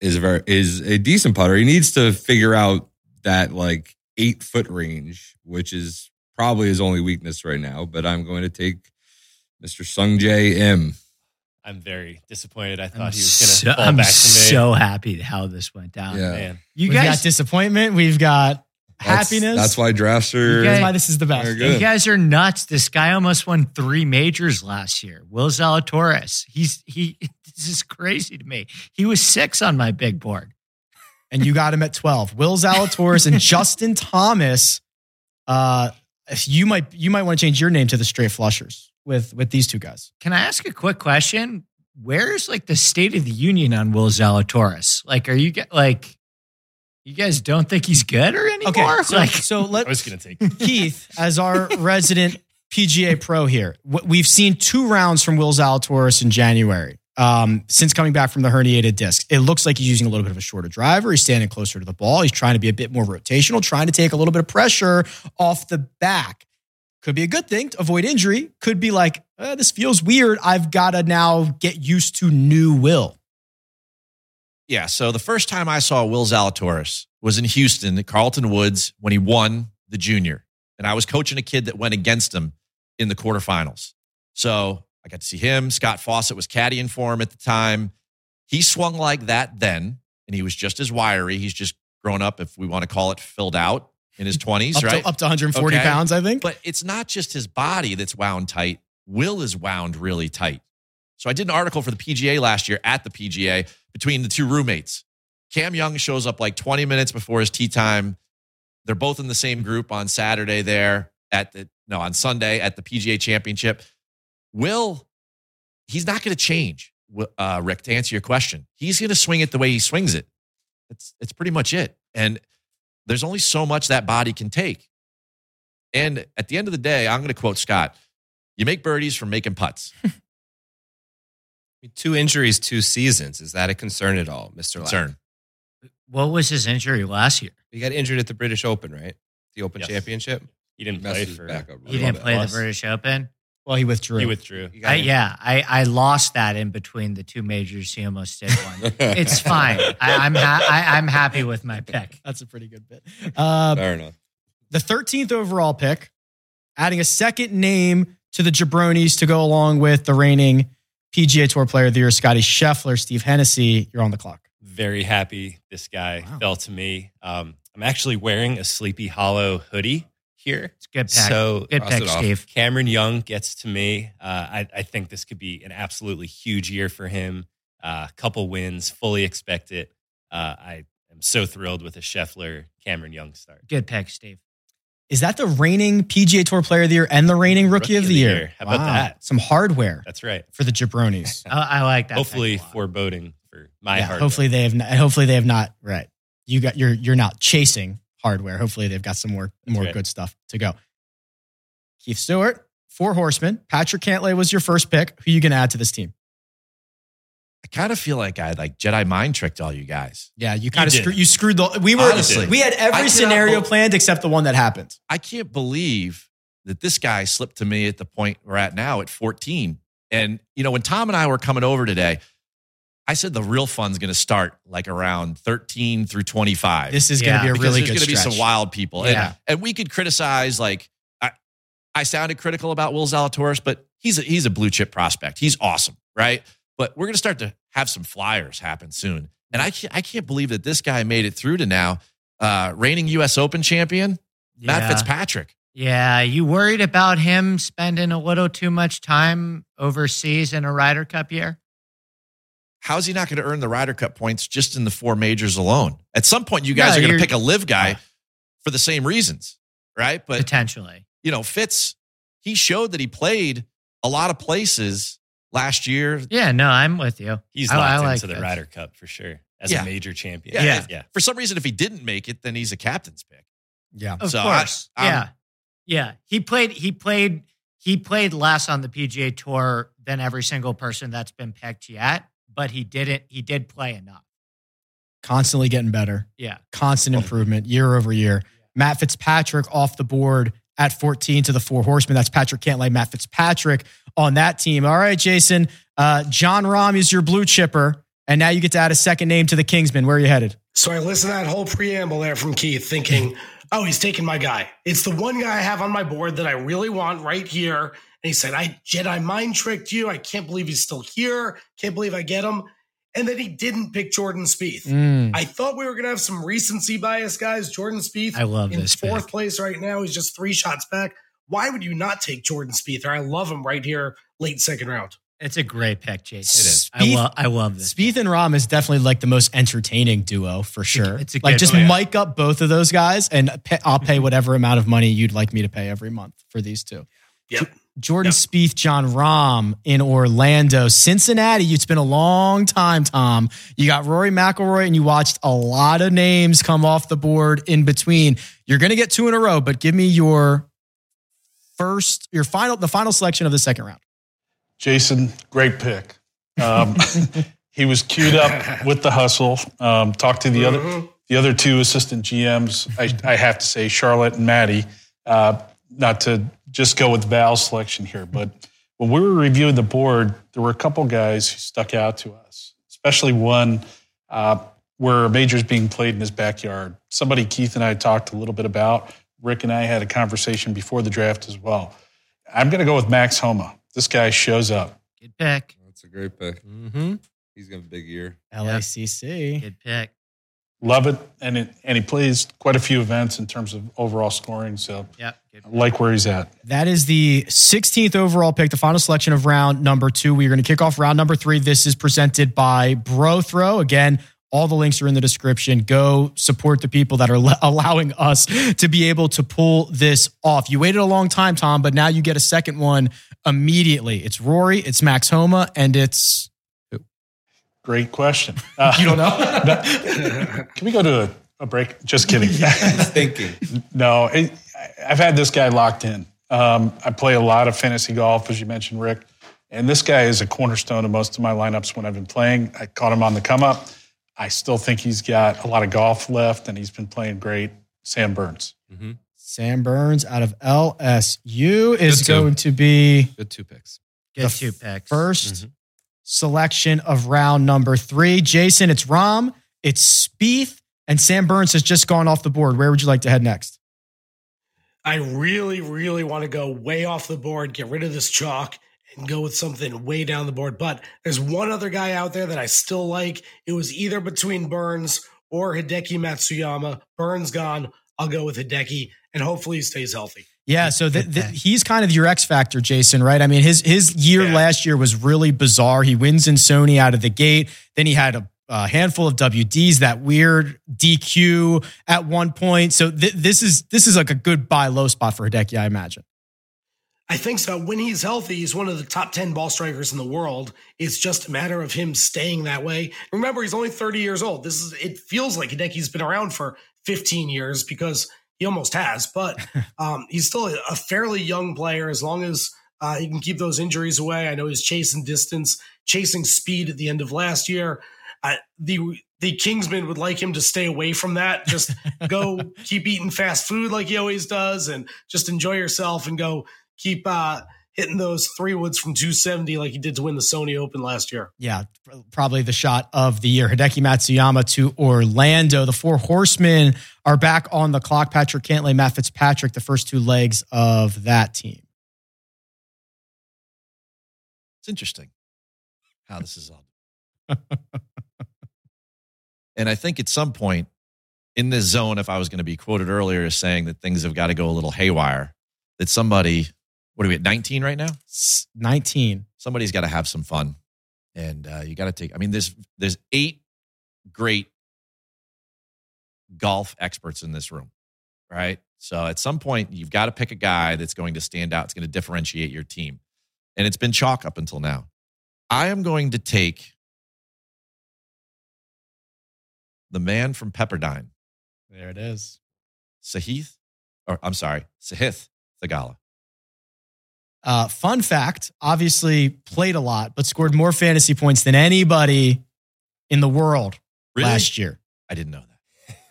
is very is a decent putter. He needs to figure out that like eight foot range, which is probably his only weakness right now. But I'm going to take Mr. Sung J M. I'm very disappointed. I thought I'm, he was going to so, fall I'm back to me. so happy how this went down. Yeah. Man, You We've guys got disappointment. We've got That's- happiness. That's why drafts are. You guys- That's why this is the Very best. good. You guys are nuts. This guy almost won three majors last year. Will Zalatoris. He's he. This is crazy to me. He was six on my big board. and you got him at 12. Will Zalatoris and Justin Thomas. Uh, you might you might want to change your name to the Straight Flushers with with these two guys. Can I ask a quick question? Where's like the State of the Union on Will Zalatoris? Like, are you get like, you guys don't think he's good or anymore? so, like, so I was let's going to take Keith as our resident PGA pro here. wh- We've seen two rounds from Will Zalatoris in January. Um, since coming back from the herniated disc, it looks like he's using a little bit of a shorter driver. He's standing closer to the ball. He's trying to be a bit more rotational, trying to take a little bit of pressure off the back. Could be a good thing to avoid injury. Could be like, uh, this feels weird. I've got to now get used to new Will. Yeah. So the first time I saw Will Zalatoris was in Houston at Carlton Woods when he won the junior. And I was coaching a kid that went against him in the quarterfinals. So I got to see him. Scott Fawcett was caddying for him at the time. He swung like that then, and he was just as wiry. He's just grown up, if we want to call it, filled out in his 20s, up, right? to, up to 140 Okay. pounds, I think. But it's not just his body that's wound tight. Will is wound really tight. So I did an article for the PGA last year at the PGA between the two roommates. Cam Young shows up like 20 minutes before his tee time. They're both in the same group on Saturday there at the no, on Sunday at the PGA Championship. Will he's not going to change, Wi- uh, Rick, to answer your question. He's going to swing it the way he swings it. That's, that's pretty much it. And there's only so much that body can take. And at the end of the day, I'm going to quote Scott you make birdies from making putts. mean, two injuries, two seasons. Is that a concern at all, Mister? Concern. What was his injury last year? He got injured at the British Open, right? The Open Yes. Championship. He didn't play Messes his for. back up He really didn't bad. play Lost. the British Open. Well, he withdrew. He withdrew. He I, got in- yeah, I, I lost that in between the two majors. He almost did one. it's fine. I, I'm ha- I, I'm happy with my pick. That's a pretty good bit. Uh, Fair enough. the 13th overall pick, adding a second name to the jabronis to go along with the reigning PGA Tour Player of the Year, Scotty Scheffler, Steve Hennessy. You're on the clock. Very happy this guy Wow. fell to me. Um, I'm actually wearing a Sleepy Hollow hoodie here. It's a good pick. So good cross pick, it off. Steve. Cameron Young gets to me. Uh, I, I think this could be an absolutely huge year for him. A couple wins, fully expect it. Uh, I am so thrilled with a Scheffler Cameron Young start. Good pick, Steve. Is that the reigning PGA Tour Player of the Year and the reigning Rookie, of the, year? How about that? Some hardware That's right. for the jabronis. I, I like that. pick hopefully, a lot. foreboding for my Yeah, heart. hopefully they have. Not, hopefully they have not. Right. You got. You're. You're not chasing hardware. Hopefully they've got some more more right. good stuff to go. Keith Stewart, four horsemen. Patrick Cantlay was your first pick. Who you going to add to this team? I kind of feel like I like Jedi mind tricked all you guys. Yeah, Uh, you kind of did. screwed. You screwed the. We were. Honestly, we had I every cannot scenario bel- planned except the one that happened. I can't believe that this guy slipped to me at the point we're at now at 14. And, you know, when Tom and I were coming over today, I said the real fun's going to start like around 13 through 25. This is Yeah, going to be a because really there's good gonna stretch. be some wild people. And- Yeah. And, we could criticize like I, I sounded critical about Will Zalatoris, but he's a, he's a blue chip prospect. He's awesome, right? But we're gonna start to have some flyers happen soon, and I can't, I can't believe that this guy made it through to now, uh, reigning U.S. Open champion yeah. Matt Fitzpatrick. Yeah, you worried about him spending a little too much time overseas in a Ryder Cup year? How's he not going to earn the Ryder Cup points just in the four majors alone? At some point, you guys No, are going to you're- pick a live guy for the same reasons, right? But Potentially. you know, Fitz, he showed that he played a lot of places last year. Yeah, no, I'm with you. He's I- locked I like into the this. Ryder Cup for sure as Yeah. a major champion. Yeah. yeah. For some reason, if he didn't make it, then he's a captain's pick. yeah. Of So I- course. I'm- yeah. Yeah. He played he played he played less on the PGA tour than every single person that's been picked yet, but he didn't he did play enough. Constantly getting better. Yeah. Constant improvement year over year. Matt Fitzpatrick off the board at 14 to the four horsemen. That's Patrick Cantlay, Matt Fitzpatrick on that team. All right, Jason. Uh, John Rahm is your blue chipper. And now you get to add a second name to the Kingsman. Where are you headed? So I listened to that whole preamble there from Keith, Hmm. thinking, "Oh, he's taking my guy. It's the one guy I have on my board that I really want right here." And he said, "I Jedi mind tricked you. I can't believe he's still here. Can't believe I get him." And then he didn't pick Jordan Spieth. Hmm. I thought we were going to have some recency bias, guys. Jordan Spieth I love in this pick. fourth place right now. He's just three shots back. Why would you not take Jordan Spieth? I love him right here, late second round. It's a great pick, Jason. It is. I love I love this. Spieth and Rahm is definitely like the most entertaining duo for sure. it's a like good- just oh, yeah. mic up both of those guys, and pay, I'll pay whatever amount of money you'd like me to pay every month for these two. Yep. J- Jordan Spieth, John Rahm in Orlando, Cincinnati. It's been a long time, Tom. You got Rory McIlroy, and you watched a lot of names come off the board in between. You're going to get two in a row, but give me your first, your final, the final selection of the second round. Jason, great pick. Um, he was queued up with the hustle. Um, talked to the other the other two assistant GMs. I, I have to say, Charlotte and Maddie. Uh, not to just go with Val's selection here, but when we were reviewing the board, there were a couple guys who stuck out to us, especially one uh, where a major's being played in his backyard. Somebody Keith and I talked a little bit about. Rick and I had a conversation before the draft as well. I'm going to go with Max Homa. This guy shows up. Good pick. That's a great pick. Mm-hmm. He's gonna have a big year. LACC. Good pick. Love it, and it, and he plays quite a few events in terms of overall scoring. So Yep. Good. I like where he's at. That is the 16th overall pick, the final selection of round number two. We are going to kick off round number three. This is presented by Bro Throw. Again, all the links are in the description. Go support the people that are l- allowing us to be able to pull this off. You waited a long time, Tom, but now you get a second one immediately. It's Rory, it's Max Homa, and it's. Great question. Uh, You don't know? Can we go to a, a break? Just kidding. Thinking. No, it, I- I've had this guy locked in. Um, I play a lot of fantasy golf, as you mentioned, Rick. And this guy is a cornerstone of most of my lineups when I've been playing. I caught him on the come up. I still think he's got a lot of golf left, and he's been playing great. Sam Burns. Sam Burns out of LSU is Mm-hmm. Good two. going to be. Good two picks. Good The two picks. 1st selection of round number three. Jason, it's Rom, it's Spieth, and Sam Burns has just gone off the board. Where would you like to head next? I really, really want to go way off the board, get rid of this chalk, and go with something way down the board. But there's one other guy out there that I still like. It was either between Burns or Hideki Matsuyama. Burns gone. I'll go with Hideki, and hopefully he stays healthy. Yeah, so th- th- he's kind of your X factor, Jason, right? I mean, his his year Yeah. last year was really bizarre. He wins in Sony out of the gate. Then he had a, a handful of WDs, that weird DQ at one point. So th- this is this is like a good buy low spot for Hideki, I imagine. I think so. When he's healthy, he's one of the top 10 ball strikers in the world. It's just a matter of him staying that way. Remember, he's only 30 years old. This is it feels like Hideki's been around for 15 years because he almost has, but um, he's still a- a fairly young player as long as uh, he can keep those injuries away. I know he's chasing distance, chasing speed at the end of last year. Uh, the the Kingsmen would like him to stay away from that. Just go keep eating fast food like he always does, and just enjoy yourself and go keep uh, hitting those three woods from 270 like he did to win the Sony Open last year. yeah, pr- probably the shot of the year. Hideki Matsuyama to Orlando. The four horsemen are back on the clock. Patrick Cantley, Matt Fitzpatrick, the first two legs of that team. It's interesting how this is all. and I think at some point in this zone, if I was going to be quoted earlier as saying that things have got to go a little haywire, that somebody, what are we at, 19 right now? S- 19. somebody's got to have some fun and uh, you got to take i mean there's there's eight great golf experts in this room right so at some point you've got to pick a guy that's going to stand out it's going to differentiate your team and it's been chalk up until now i am going to take the man from pepperdine There it is. sahith or i'm sorry sahith thagala Uh, fun fact obviously played a lot, but scored more fantasy points than anybody in the world last year. i didn't know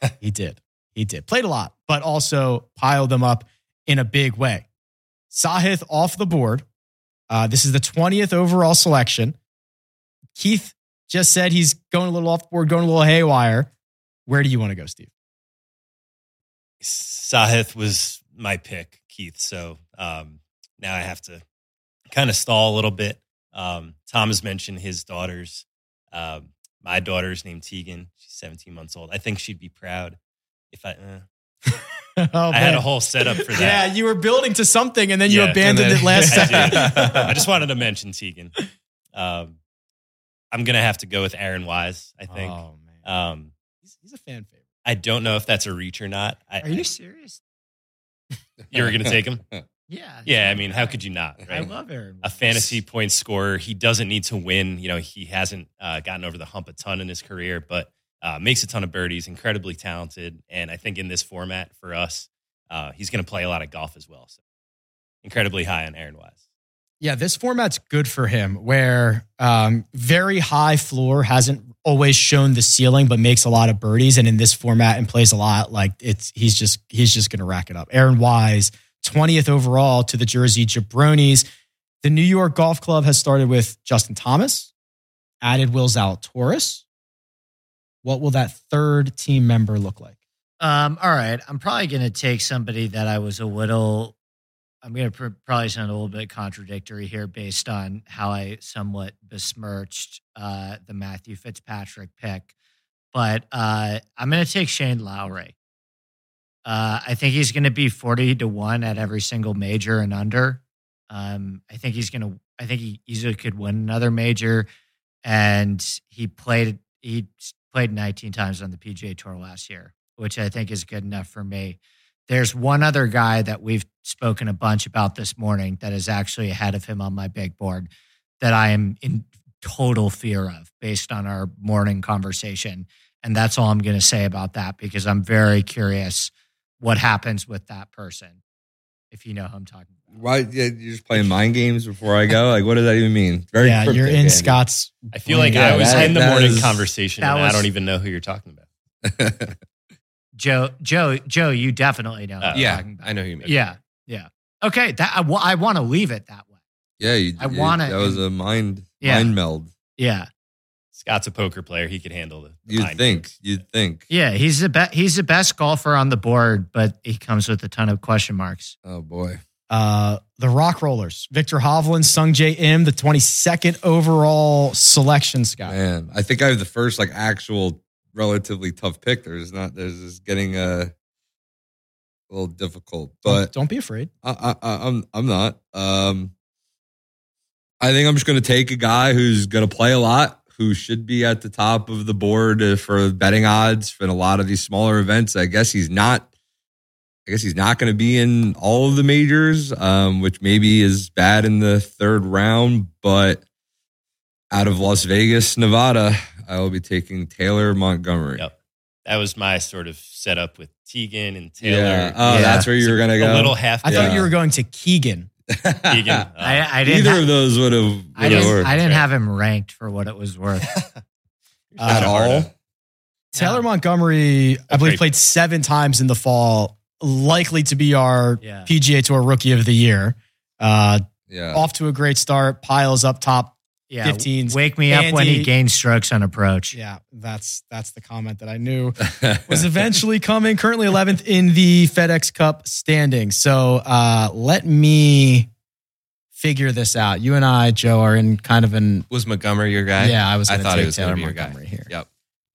that He did. He did. Played a lot, but also piled them up in a big way. Sahith off the board. Uh, this is the 20th overall selection. Keith just said he's going a little off the board, going a little haywire. Where do you want to go, Steve? Sahith was my pick, Keith. So um, now I have to kind of stall a little bit. Um, Tom has mentioned his daughters. Um, my daughter's named Tegan. She's 17 months old. I think she'd be proud if I. eh. Oh, I had a whole setup for that. Yeah, you were building to something and then you Yeah, and abandoned then- it last I second. did. I just wanted to mention Tegan. Um, I'm gonna have to go with Aaron Wise. I think. Oh, man. Um, he's, he's a fan favorite. I don't know if that's a reach or not. I, Are you serious? you were gonna take him? Yeah. Yeah. I mean, how could you not? I Right? love Aaron. a Rodgers. fantasy point scorer. He doesn't need to win. You know, he hasn't uh, gotten over the hump a ton in his career, but uh, makes a ton of birdies. Incredibly talented, and I think in this format for us, uh, he's going to play a lot of golf as well. So, incredibly high on Aaron Wise. Yeah, this format's good for him where um, very high floor hasn't always shown the ceiling, but makes a lot of birdies. And in this format and plays a lot, like it's he's just he's just gonna rack it up. Aaron Wise, 20th overall to the Jersey Jabronis. The New York Golf Club has started with Justin Thomas, added Will Zalatoris. What will that third team member look like? Um, all right. I'm probably going to take somebody that I was a little I'm going to pr- probably sound a little bit contradictory here based on how I somewhat besmirched uh, the Matthew Fitzpatrick pick, but uh, I'm going to take Shane Lowry. Uh, I think he's going to be 40 to 1 at every single major and under. Um, I think he's going to, I think he easily could win another major. And he played, he played 19 times on the PGA Tour last year, which I think is good enough for me. There's one other guy that we've spoken a bunch about this morning that is actually ahead of him on my big board that I am in total fear of based on our morning conversation. And that's all I'm going to say about that because I'm very curious what happens with that person, if you know who I'm talking about. Why yeah, you're just playing mind games before I go? Like, what does that even mean? Very yeah, you're cryptic, in Andy. Scott's. I feel like Yeah, I was that- in the that morning is- conversation that and was- I don't even know who you're talking about. Joe, Joe, Joe, you definitely know. who Uh, I'm yeah, talking about. I know who you mean. Yeah. Yeah. Okay. That I, wa- I want to leave it that way. yeah, you, I you- want it That was in- a mind Yeah. mind meld. Yeah. Scott's a poker player. He could handle the. the You'd mind think. games. You'd think. Yeah. He's the best. He's the best golfer on the board, but he comes with a ton of question marks. Oh boy. Uh, the Rock Rollers, Victor Hovland, Sung J M, the 22nd overall selection, Scott. Man. I think I have the first like actual relatively tough pick. There's not there's just getting uh, a little difficult. But don't be afraid. I, I, I- I'm I'm not. Um, I think I'm just going to take a guy who's going to play a lot, who should be at the top of the board uh, for betting odds for a lot of these smaller events. I guess he's not. I guess he's not going to be in all of the majors, um, which maybe is bad in the third round. But out of Las Vegas, Nevada, I will be taking Taylor Montgomery. Yep. That was my sort of setup with Tegan and Taylor. Yeah. Oh, Yeah. that's where you were going to a go. little half I thought Yeah. you were going to Keegan. Tegan. Uh, I, I didn't. Either ha- of those would have. I would have didn't. worked. I didn't right? have him ranked for what it was worth. Uh, at all. Uh, Taylor Montgomery, I believe, great- played seven times in the fall, likely to be our Yeah. PGA Tour Rookie of the Year. Uh, Yeah. Off to a great start, piles up top. Yeah. 15s. Wake me up when he Andy- gains strokes on approach. Yeah, that's that's the comment that I knew was eventually coming. Currently 11th in the FedEx Cup standing. So uh, let me figure this out. You and I, Joe, are in kind of an Was Montgomery your guy? yeah. I was I going to thought he take was going Taylor to be your guy. Montgomery here. Yep.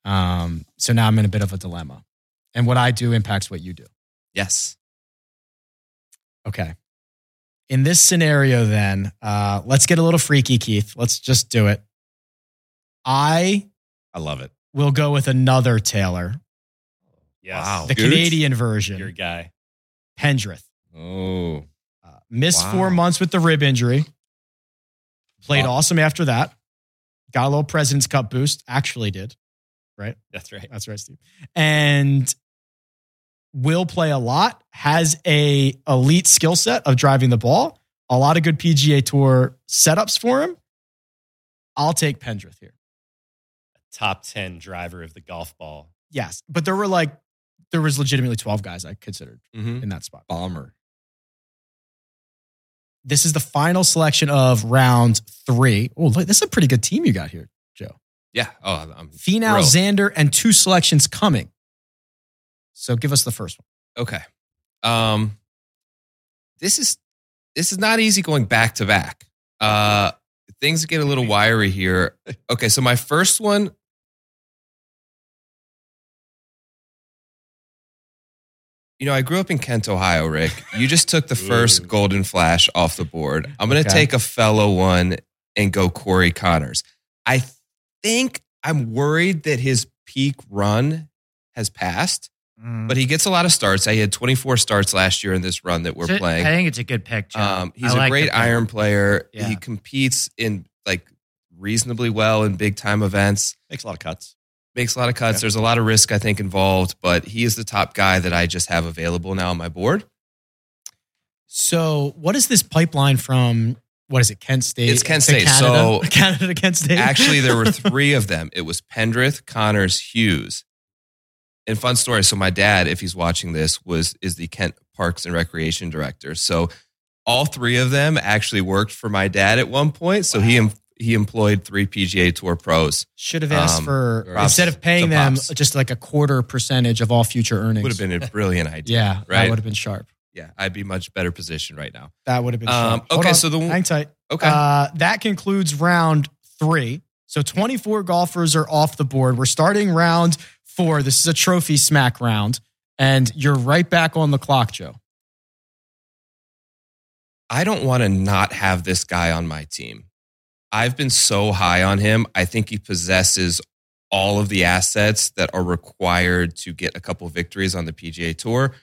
Um, so now I'm in a bit of a dilemma, and what I do impacts what you do. Yes. Okay. In this scenario, then, uh, let's get a little freaky, Keith. Let's just do it. I I love it. will go with another Taylor, Yes. Wow. the Gooch? Canadian Your version, guy. Pendrith. oh. Uh, missed Wow. four months with the rib injury. Played Wow. awesome after that. Got a little President's Cup boost. Actually, did. That's right. That's right, Steve. And will play a lot. Has a elite skill set of driving the ball. A lot of good PGA Tour setups for him. I'll take Pendrith here. Top 10 driver of the golf ball. Yes, but there were like there was legitimately twelve guys I considered Mm-hmm. in that spot. Bomber. This is the final selection of round three. Oh, look, this is a pretty good team you got here. Yeah. Oh, I'm- I'm Finau, Thrilled. Xander, and two selections coming. So give us the first one. Okay. Um this is this is not easy going back to back. Uh things get a little wiry here. Okay, so my first one You know, I grew up in Kent, Ohio, Rick. You just took the first golden flash off the board. I'm going to Okay. take a fellow one and go Corey Connors. I think I'm worried that his peak run has passed Mm. but he gets a lot of starts. He had 24 starts last year in this run that we're So, I playing. think it's a good picture. Um, he's a great iron player. Yeah. He competes in like reasonably well in big time events. Makes a lot of cuts. Makes a lot of cuts. There's a lot of risk I think involved, but he is the top guy that I just have available now on my board. So what is this pipeline from? What is it? Kent State. It's Kent to State, Canada? so- Canada to Kent State. Actually, there were three of them. It was Pendrith, Connors, Hughes. And fun story. So my dad, if he's watching this, was is the Kent Parks and Recreation director. So all three of them actually worked for my dad at one point. So he em- he employed three PGA Tour pros. Should have asked Um, for props instead of paying to them Pops. just like a quarter percentage of all future earnings. Would have been a brilliant idea. Yeah, that Right. would have been sharp. yeah, I'd be much better positioned right now. That would have been. Um, fun. Hold okay, on. so the hang tight. okay, Uh, that concludes round three. So 24 golfers are off the board. We're starting round four. This is a trophy smack round, and you're right back on the clock, Joe. I don't want to not have this guy on my team. I've been so high on him. I think he possesses all of the assets that are required to get a couple victories on the PGA Tour.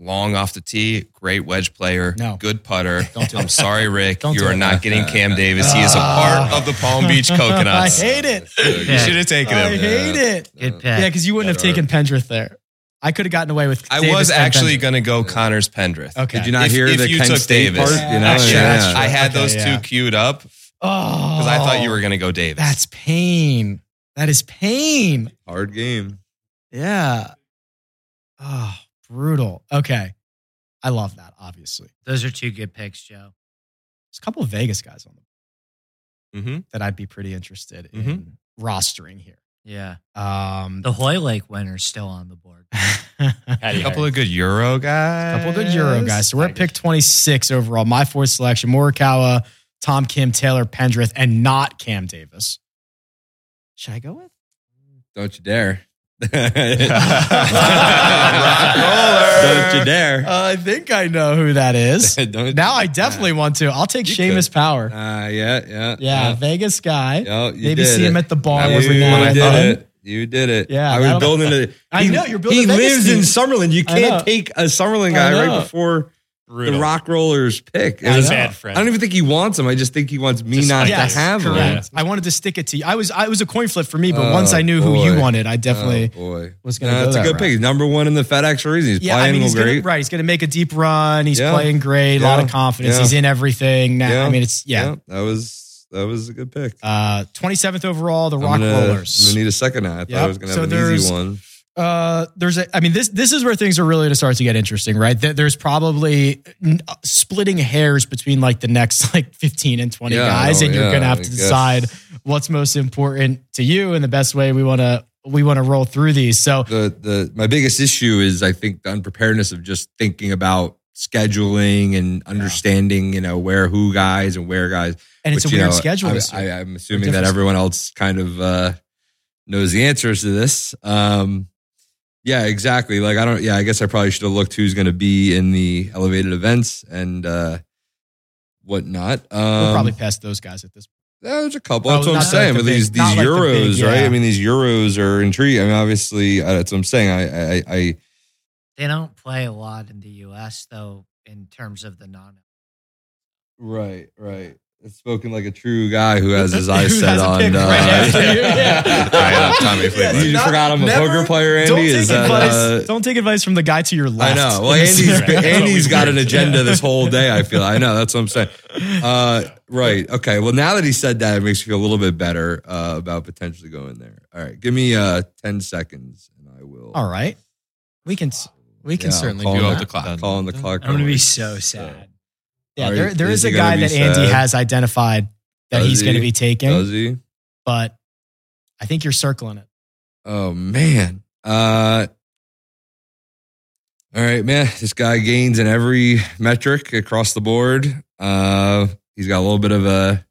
Long off the tee, great wedge player, No. good putter. Don't do I'm it. sorry, Rick. Don't you do are it. not getting Cam Davis. He is a Ah. part of the Palm Beach Coconuts. I hate it. You should have taken I him. hate it. Uh, Good Yeah, pick. because you wouldn't have Yeah. taken Pendrith there. I could have gotten away with. I Davis was and actually Pendrith. going to go Connors Pendrith. Okay. Did you not If- hear if the you Kent took State Davis. part? You know, Actually, yeah. that's true. I had Okay, those yeah. two queued up Oh, because I thought you were going to go Davis. That's pain. That is pain. hard game. Yeah. Oh, brutal. Okay. I love that, obviously. Those are two good picks, Joe. There's a couple of Vegas guys on the hmm that I'd be pretty interested Mm-hmm. in rostering here. Yeah. Um, The Hoy Lake winner's still on the board. A couple of good Euro guys. couple of good Euro guys. So we're at picking. pick 26 overall. My fourth selection Morikawa, Tom Kim, Taylor Pendrith, and not Cam Davis. Should I go with? Don't you dare. Rock Don't you dare. Uh, I think I know who that is. Don't you- now I definitely want to. I'll take You Seamus Power. Uh, yeah, yeah. yeah, yeah. Vegas guy. Yo, you Maybe did see it. him at the bar That was every the now one I and thought then. it. You did it. Yeah, I was that'll- building it. I know, you're building He a lives Vegas team. in Summerlin. You I know. can't take a Summerlin I guy know. right before the Brutal. Rock Rollers pick. It I was- know. Bad I friend. don't even think he wants him. I just think he wants me Just not like Yes, to have him. correct. I wanted to stick it to you. I was I it was a coin flip for me, but Oh, once I knew who you boy. wanted, I definitely Oh, boy. was going to No, go that's a that good route. pick. He's number one in the FedEx series. He's Yeah, playing I mean he's great. gonna, right. He's going to make a deep run. He's Yeah. playing great. A lot of Yeah. confidence. Yeah. He's in everything now. Yeah. I mean it's yeah. that was that was a good pick. Uh, 27th overall, the I'm Rock gonna- I'm Rollers. gonna need a second now. I thought Yep. I was gonna So have an there's- easy one. Uh, there's a, I mean, this this is where things are really to start to get interesting, right? There- There's probably n- splitting hairs between like the next like 15 and 20 Yeah, guys, oh, and you're yeah, gonna have I to guess. decide what's most important to you and the best way we want to we want to roll through these. So the the my biggest issue is I think the unpreparedness of just thinking about scheduling and understanding, you know, where who guys and where guys. and it's which, a you weird know, schedule. I, this year. I, I'm assuming that different- everyone else kind of uh, knows the answers to this. Um, yeah, exactly. Like I don't. Yeah, I guess I probably should have looked who's going to be in the elevated events and uh, whatnot. Um, We're probably past those guys at this. yeah, there's a couple. Oh, That's what I'm not like saying. the But these big- not these like the euros, big, right? yeah. I mean, these euros are intriguing. I mean, obviously, uh, that's what I'm saying. I I, I They don't play a lot in the U.S. though, in terms of the non. right, right. It's spoken like a true guy who has his eyes Who set has a on. pick uh, right after you, yeah. I know, Tommy Yeah, Fleetwood. it's you not- forgot I'm a never- poker player, Andy. Don't take, Is that, advice, uh, don't take advice from the guy to your I left. know. Well, in this Andy's, scenario. Andy's got an agenda this whole day. I feel. I know. That's what I'm saying. Uh, right. Okay. Well, now that he said that, it makes me feel a little bit better uh, about potentially going there. All right. Give me uh, ten seconds, and I will. All right, we can s- we can Yeah, certainly calling do You that. up the clock. Calling the clock. I'm gonna be already. so sad. Yeah, Are there, you- there is is a he gonna guy be that Andy sad? has identified that Does he's going to he? be taking, Does he? but I think you're circling it. Oh man. Uh, all right, man. This guy gains in every metric across the board. Uh, he's got a little bit of a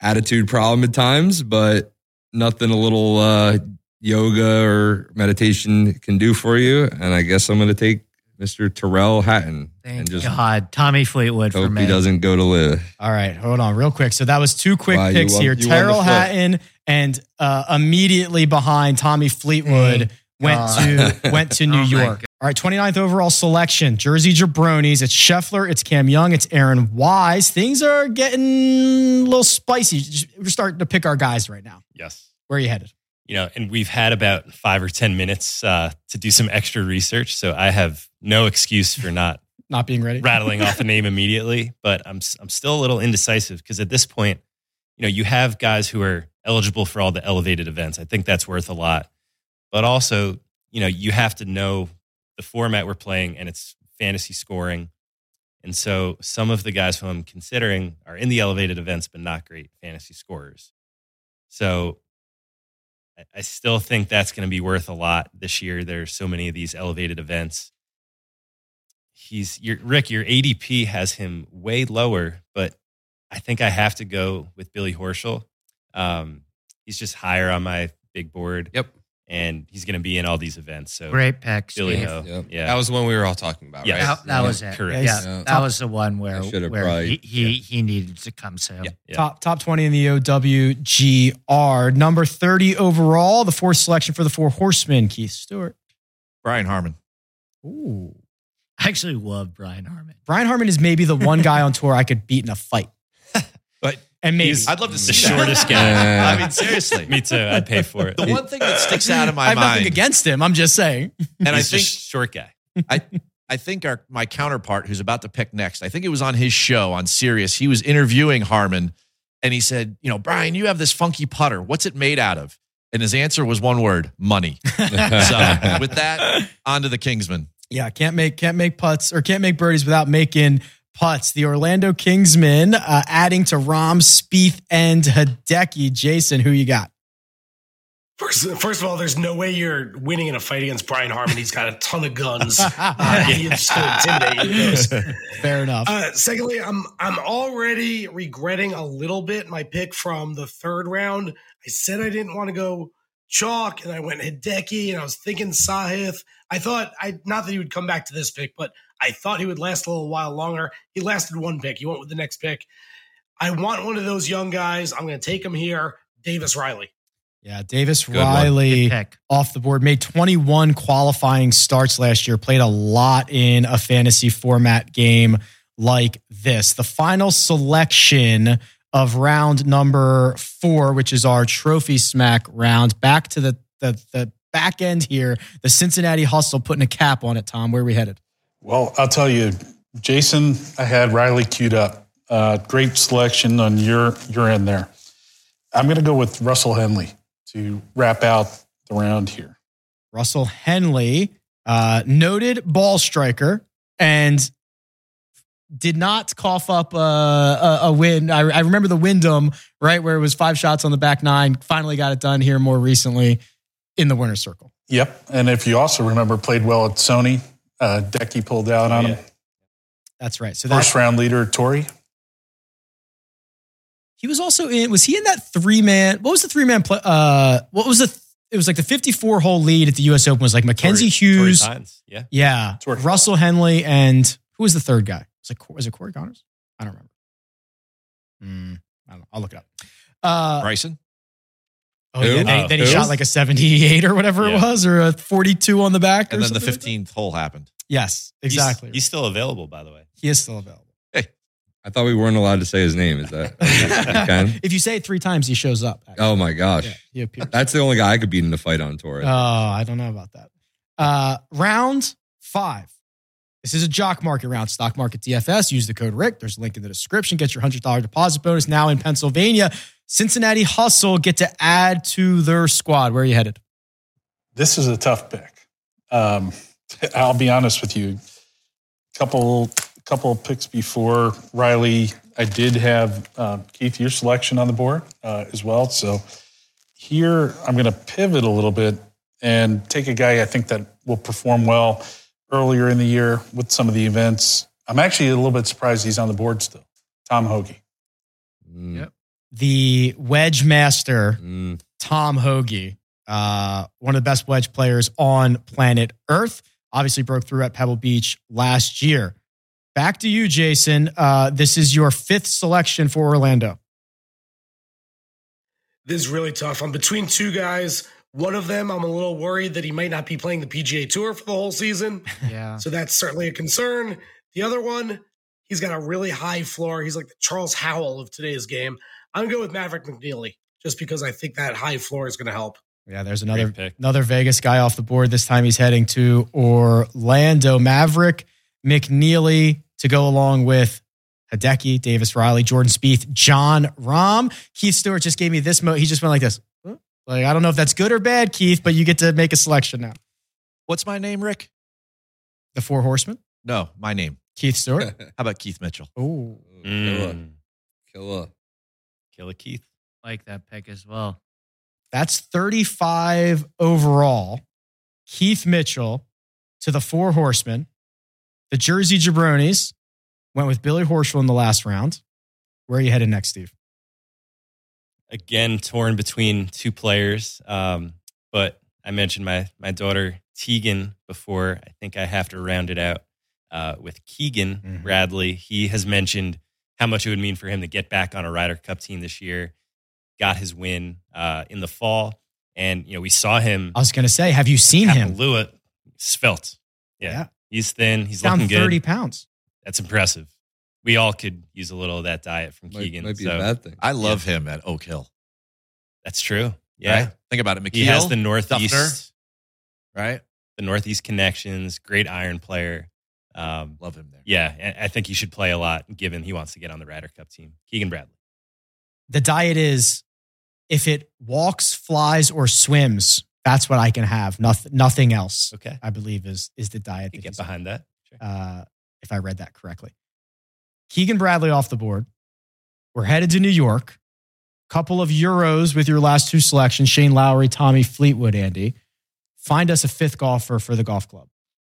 attitude problem at times, but nothing a little uh, yoga or meditation can do for you. And I guess I'm going to take Mr. Terrell Hatton Thank and just God, Tommy Fleetwood for hope me. he doesn't go to live. All right, hold on, real quick. So that was two quick Wow, you picks won- here: you won the Terrell flip. Hatton and uh, immediately behind Tommy Fleetwood went God. to went to New Oh my York. All right, 29th overall selection: Jersey Jabronis. It's Scheffler. It's Cam Young. It's Aaron Wise. Things are getting a little spicy. Just- We're starting to pick our guys right now. Yes. Where are you headed? You know, and we've had about five or 10 minutes uh, to do some extra research. So I have no excuse for not Not being ready. rattling off the name immediately, but I'm s- I'm still a little indecisive because at this point, you know, you have guys who are eligible for all the elevated events. I think that's worth a lot, but also, you know, you have to know the format we're playing and it's fantasy scoring, and so some of the guys who I'm considering are in the elevated events but not great fantasy scorers. So. I- I still think that's going to be worth a lot this year. There's so many of these elevated events he's your Rick. Your ADP has him way lower, but I think I have to go with Billy Horschel. Um, he's just higher on my big board. Yep. and he's going to be in all these events. So Great pick, Billy Steve. Ho. Yep. Yeah, That was the one we were all talking about, Yeah. right? That, that was it. Correct. Yeah, Yeah. that was the one where, I should've where probably- he, he, he needed to come soon. Yeah. Yeah. Top top 20 in the OWGR. Number 30 overall, the fourth selection for the Four Horsemen, Keith Stewart. Brian Harmon. Ooh. I actually love Brian Harmon. Brian Harmon is maybe the one guy on tour I could beat in a fight. But and maybe he's- I'd love to the see shortest that. guy. I Uh, mean, seriously. Me too. I'd pay for it. The one thing that sticks out in I my have nothing mind, against him. I'm just saying. and I He's think just short guy. I think our my counterpart who's about to pick next, I think it was on his show on Sirius. He was interviewing Harmon and he said, you know, Brian, you have this funky putter. What's it made out of? And his answer was one word, money. So with that, on to the Kingsman. Yeah, can't make can't make putts or can't make birdies without making putts. The Orlando Kingsmen uh, adding to Rom, Spieth, and Hideki. Jason, who you got? First, first of all, there's no way you're winning in a fight against Brian Harmon. He's got a ton of guns. Uh, He's just going to intimidate you. with those. Fair enough. Uh, secondly, I'm I'm already regretting a little bit my pick from the third round. I said I didn't want to go chalk, and I went Hideki, and I was thinking Sahith. I thought I not that he would come back to this pick, but I thought he would last a little while longer. He lasted one pick. He went with the next pick. I want one of those young guys. I'm going to take him here, Davis Riley. yeah, Davis one. Riley Good pick. off the board made 21 qualifying starts last year. Played a lot in a fantasy format game like this. The final selection of round number four, which is our trophy smack round. Back to the the, the back end here. The Cincinnati hustle putting a cap on it. Tom, where are we headed? Well, I'll tell you, Jason, I had Riley queued up. Uh, great selection on your your end there. I'm going to go with Russell Henley to wrap out the round here. Russell Henley, uh, noted ball striker, and did not cough up a, a, a win. I, I remember the Wyndham, right, where it was five shots on the back nine. Finally got it done here more recently in the winner's circle. Yep, and if you also remember, played well at Sony. Uh, Decky pulled out on him. That's right. Oh, So First that, round leader, Tory. he was also in, was he in that three man, what was the three man play? Uh, what was the, it was like the 54 hole lead at the US Open was like Mackenzie Tory- Tory Hughes. Pines. Yeah. yeah. Tory. Russell Henley and who was the third guy? Was it, Cor- was it Corey Connors? I don't remember. Hmm, I don't know. I'll look it up. Uh, Bryson? Oh, yeah. Who? Then, Oh. Uh, then he Who? shot like a 78 or whatever it Yeah. was, or a 42 on the back, or And then the something like that. 15th hole happened. Yes, He's- exactly. He's, still available, by the way. he is still available. I thought we weren't allowed to say his name. Is that? we can? If you say it three times, he shows up. actually. Oh my gosh, Yeah, he appears. that's the only guy I could beat in a fight on tour. Oh, I don't know about that. Uh, round five. This is a jock market round. Stock market DFS. Use the code Rick. There's a link in the description. Get your hundred dollar deposit bonus now in Pennsylvania. Cincinnati Hustle get to add to their squad. Where are you headed? This is a tough pick. Um, I'll be honest with you. Couple couple picks before Riley, I did have um, Keith your selection on the board uh, as well. So here I'm going to pivot a little bit and take a guy I think that will perform well earlier in the year with some of the events. I'm actually a little bit surprised he's on the board still. Tom Hoagie. Mm, Yep. The wedge master mm. Tom Hoagie, uh, one of the best wedge players on planet Earth. Obviously broke through at Pebble Beach last year. Back to you, Jason. Uh, this is your fifth selection for Orlando. This is really tough. I'm between two guys. One of them, I'm a little worried that he might not be playing the PGA Tour for the whole season. Yeah. So that's certainly a concern. The other one, he's got a really high floor. He's like the Charles Howell of today's game. I'm going to go with Maverick McNeely just because I think that high floor is going to help. Yeah, there's another Great pick. another Vegas guy off the board. This time he's heading to Orlando. Maverick McNeely to go along with Hideki, Davis Riley, Jordan Spieth, John Rahm. Keith Stewart just gave me this mo. He just went like this. Like I don't know if that's good or bad, Keith, but you get to make a selection now. What's my name, Rick? The Four Horsemen, No, my name. Keith Stewart. How about Keith Mitchell? oh, Killer, killer. Killer Keith. Mm. like that pick as well. that's 35 overall. Keith Mitchell to the Four Horsemen. The Jersey Jabronis went with Billy Horschel in the last round. Where are you headed next, Steve? Again, torn between two players. Um, but I mentioned my my daughter Tegan before. I think I have to round it out uh, with Keegan Mhm. Bradley. He has mentioned how much it would mean for him to get back on a Ryder Cup team this year. Got his win uh, in the fall, and you know we saw him. I was going to say, have you seen him? Kapalua, svelte. Yeah. Yeah. he's thin. He's Down looking good. 30 pounds. That's impressive. We all could use a little of that diet from Might, Keegan. might be so a bad thing. I love him at Oak Hill. that's true. Yeah. right? Think about it. McKeel, He has the northeast Duffner. right? the northeast connections, great iron player. Um, Love him there. yeah, and I think he should play a lot given he wants to get on the Ryder Cup team. Keegan Bradley. The diet is if it walks, flies, or swims, that's what I can have. Nothing, nothing else, Okay. I believe, is, is the diet. You that get he's- behind that. Sure. uh, if I read that correctly. Keegan Bradley off the board. We're headed to New York. Couple of Euros with your last two selections Shane Lowry, Tommy Fleetwood, Andy. Find us a fifth golfer for the golf club.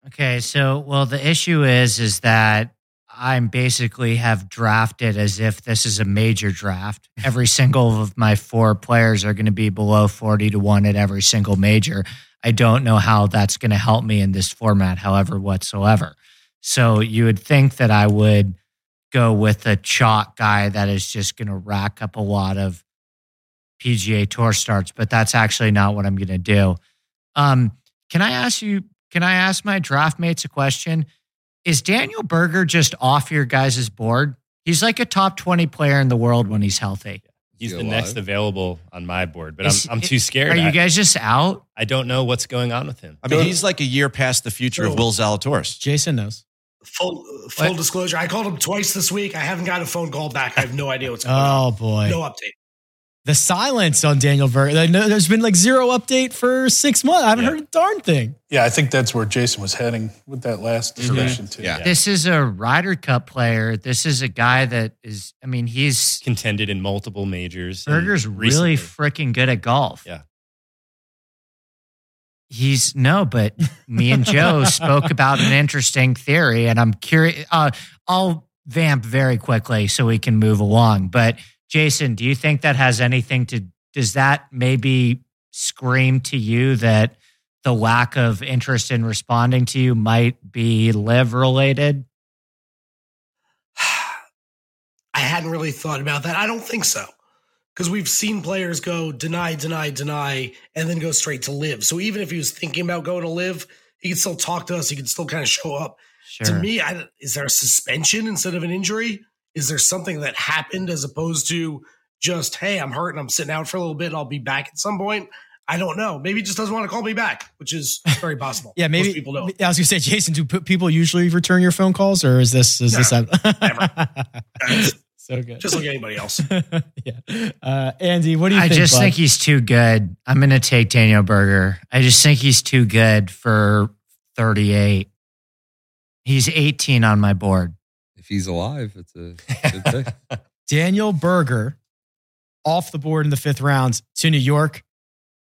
Okay, so well, the issue is is that I'm basically have drafted as if this is a major draft. Every single of my four players are going to be below forty to one at every single major. I don't know how that's going to help me in this format, however, whatsoever. So you would think that I would go with a chalk guy that is just going to rack up a lot of PGA Tour starts, but that's actually not what I'm going to do. Um, can I ask you? Can I ask my draft mates a question? Is Daniel Berger just off your guys' board? He's like a top twenty player in the world when he's healthy. He's he the next alive? available on my board, but Is- I'm, I'm too scared. Are I, you guys just out? I don't know what's going on with him. I mean, he's like a year past the future of Will Zalatoris. Jason knows. Full Uh, full What? disclosure, I called him twice this week. I haven't got a phone call back. I have no idea what's going Oh, on. boy. No update. The silence on Daniel Berger. No, There's been like zero update for six months. I haven't Yeah. heard a darn thing. Yeah, I think that's where Jason was heading with that last Mm-hmm. discussion too. Yeah. This is a Ryder Cup player. This is a guy that is. I mean, he's Contended in multiple majors. and Berger's really recently- freaking good at golf. Yeah. He's no, but me and Joe spoke about an interesting theory, and I'm curious. Uh, I'll vamp very quickly so we can move along. But Jason, do you think that has anything to? Does that maybe scream to you that the lack of interest in responding to you might be live related? I hadn't really thought about that. I don't think so. Because we've seen players go deny, deny, deny, and then go straight to live. So even if he was thinking about going to live, he could still talk to us. He could still kind of show up. Sure. To me, I, is there a suspension instead of an injury? Is there something that happened as opposed to just, hey, I'm hurt and I'm sitting out for a little bit. I'll be back at some point. I don't know. Maybe he just doesn't want to call me back, which is very possible. Yeah, maybe. Most people don't. I was going to say, Jason, do p- people usually return your phone calls or is this, is this, never. so good. Just like anybody else. yeah. Uh, Andy, what do you I think? just bud? think he's too good. I'm going to take Daniel Berger. I just think he's too good for 38. He's 18 on my board. If he's alive, it's a good thing. Daniel Berger off the board in the fifth round to New York,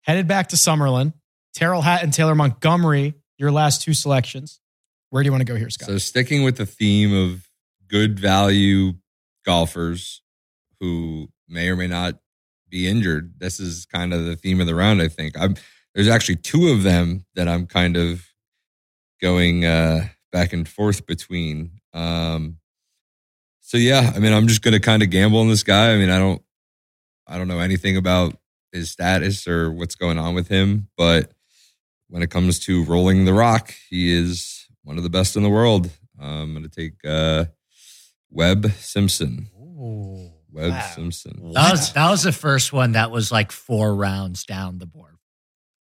headed back to Summerlin. Terrell Hatton, Taylor Montgomery, your last two selections. Where do you want to go here, Scott? So sticking with the theme of good value golfers who may or may not be injured, this is kind of the theme of the round. I think I'm there's actually two of them that I'm kind of going uh, back and forth between. Um, so yeah, I mean, I'm just going to kind of gamble on this guy. I mean, I don't, I don't know anything about his status or what's going on with him, but when it comes to rolling the rock, he is one of the best in the world. I'm going to take uh, Webb Simpson. Webb Simpson. That was, that was the first one that was like four rounds down the board.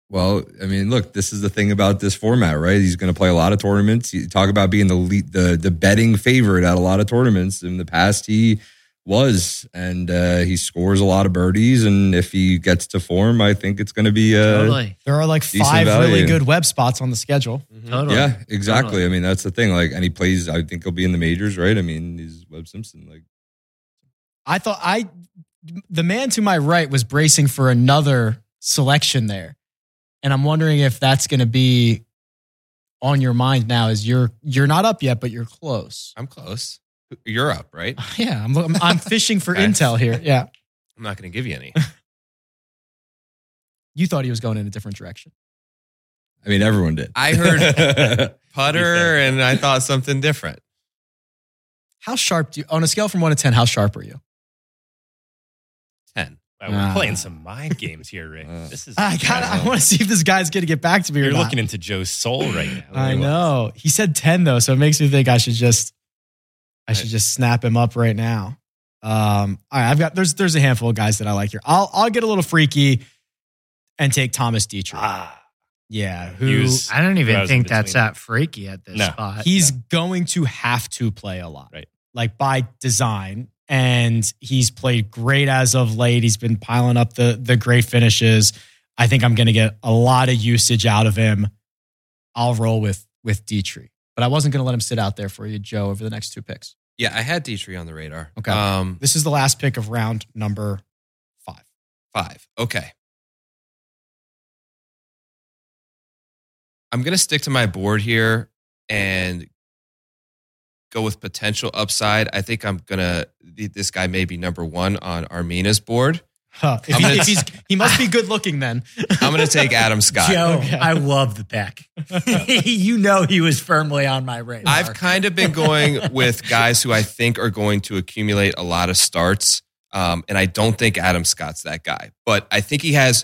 Well, I mean, look, this is the thing about this format, right? He's going to play a lot of tournaments. You talk about being the lead, the the betting favorite at a lot of tournaments. In the past, he was, and uh, he scores a lot of birdies. And if he gets to form, I think it's going to be uh, Totally. there are like Decent five really value. Mm-hmm. good web spots on the schedule. Totally. Yeah, exactly. Totally. I mean, that's the thing. Like, and he plays. I think he'll be in the majors, right? I mean, he's Webb Simpson. Like, I thought I, the man to my right was bracing for another selection there. And I'm wondering if that's going to be on your mind now is you're you're not up yet, but you're close. I'm close. You're up, right? Yeah, I'm I'm, I'm fishing for Okay. intel here. Yeah, I'm not going to give you any. you thought he was going in a different direction. I mean, everyone did. I heard- Putter, and I thought something different. How sharp do you on a scale from one to ten? How sharp are you? 10. Wow, we're Ah. playing some mind games here, Rick. Uh, This is I got. I want to see if this guy's going to get back to me. You're or not. looking into Joe's soul right now. I know. He said 10 though, so it makes me think I should just I should just snap him up right now. Um all right, I've got there's there's a handful of guys that I like here. I'll I'll get a little freaky and take Thomas Dietrich. Ah, yeah, who use- I don't I even was think in that's between. that freaky at this No. spot. he's going to have to play a lot. Right. Like by design. And he's played great as of late. He's been piling up the the great finishes. I think I'm gonna get a lot of usage out of him. I'll roll with with Dietrich. But I wasn't gonna let him sit out there for you, Joe, over the next two picks. Yeah, I had Dietrich on the radar. Okay. Um, This is the last pick of round number five. five. Okay. I'm going to stick to my board here and go with potential upside. I think I'm going to, this guy may be number one on Armina's board. Huh. If, I'm he, gonna- if he's he must be good looking then. I'm going to take Adam Scott. Joe, Okay. I love the back. you know he was firmly on my radar. I've kind of been going with guys who I think are going to accumulate a lot of starts. Um, and I don't think Adam Scott's that guy, but I think he has,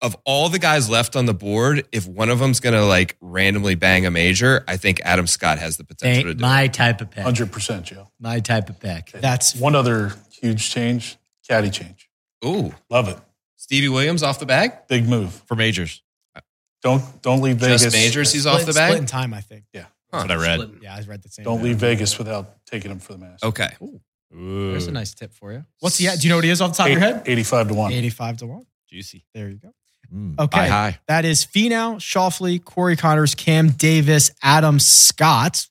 of all the guys left on the board, if one of them's going to like randomly bang a major, I think Adam Scott has the potential to Ain't do my type of pick. 100%, Joe. My type of pick. That's One other huge change, caddy change. it. Ooh, Love it. Stevie Williams off the bag? Big move. for majors. Don't don't leave Vegas. Just majors, he's off split, the split in bag? time, I think. that's what I read. Yeah, I read the same. Don't leave Vegas without taking him for the Masters. Okay. Ooh, There's a nice tip for you. What's he at? Do you know what he is off the top of your head? 85 to 1. 85 to 1. juicy. There you go. Mm, Okay. Buy high. That is Finau, Shoffley, Corey Connors, Cam Davis, Adam Scott.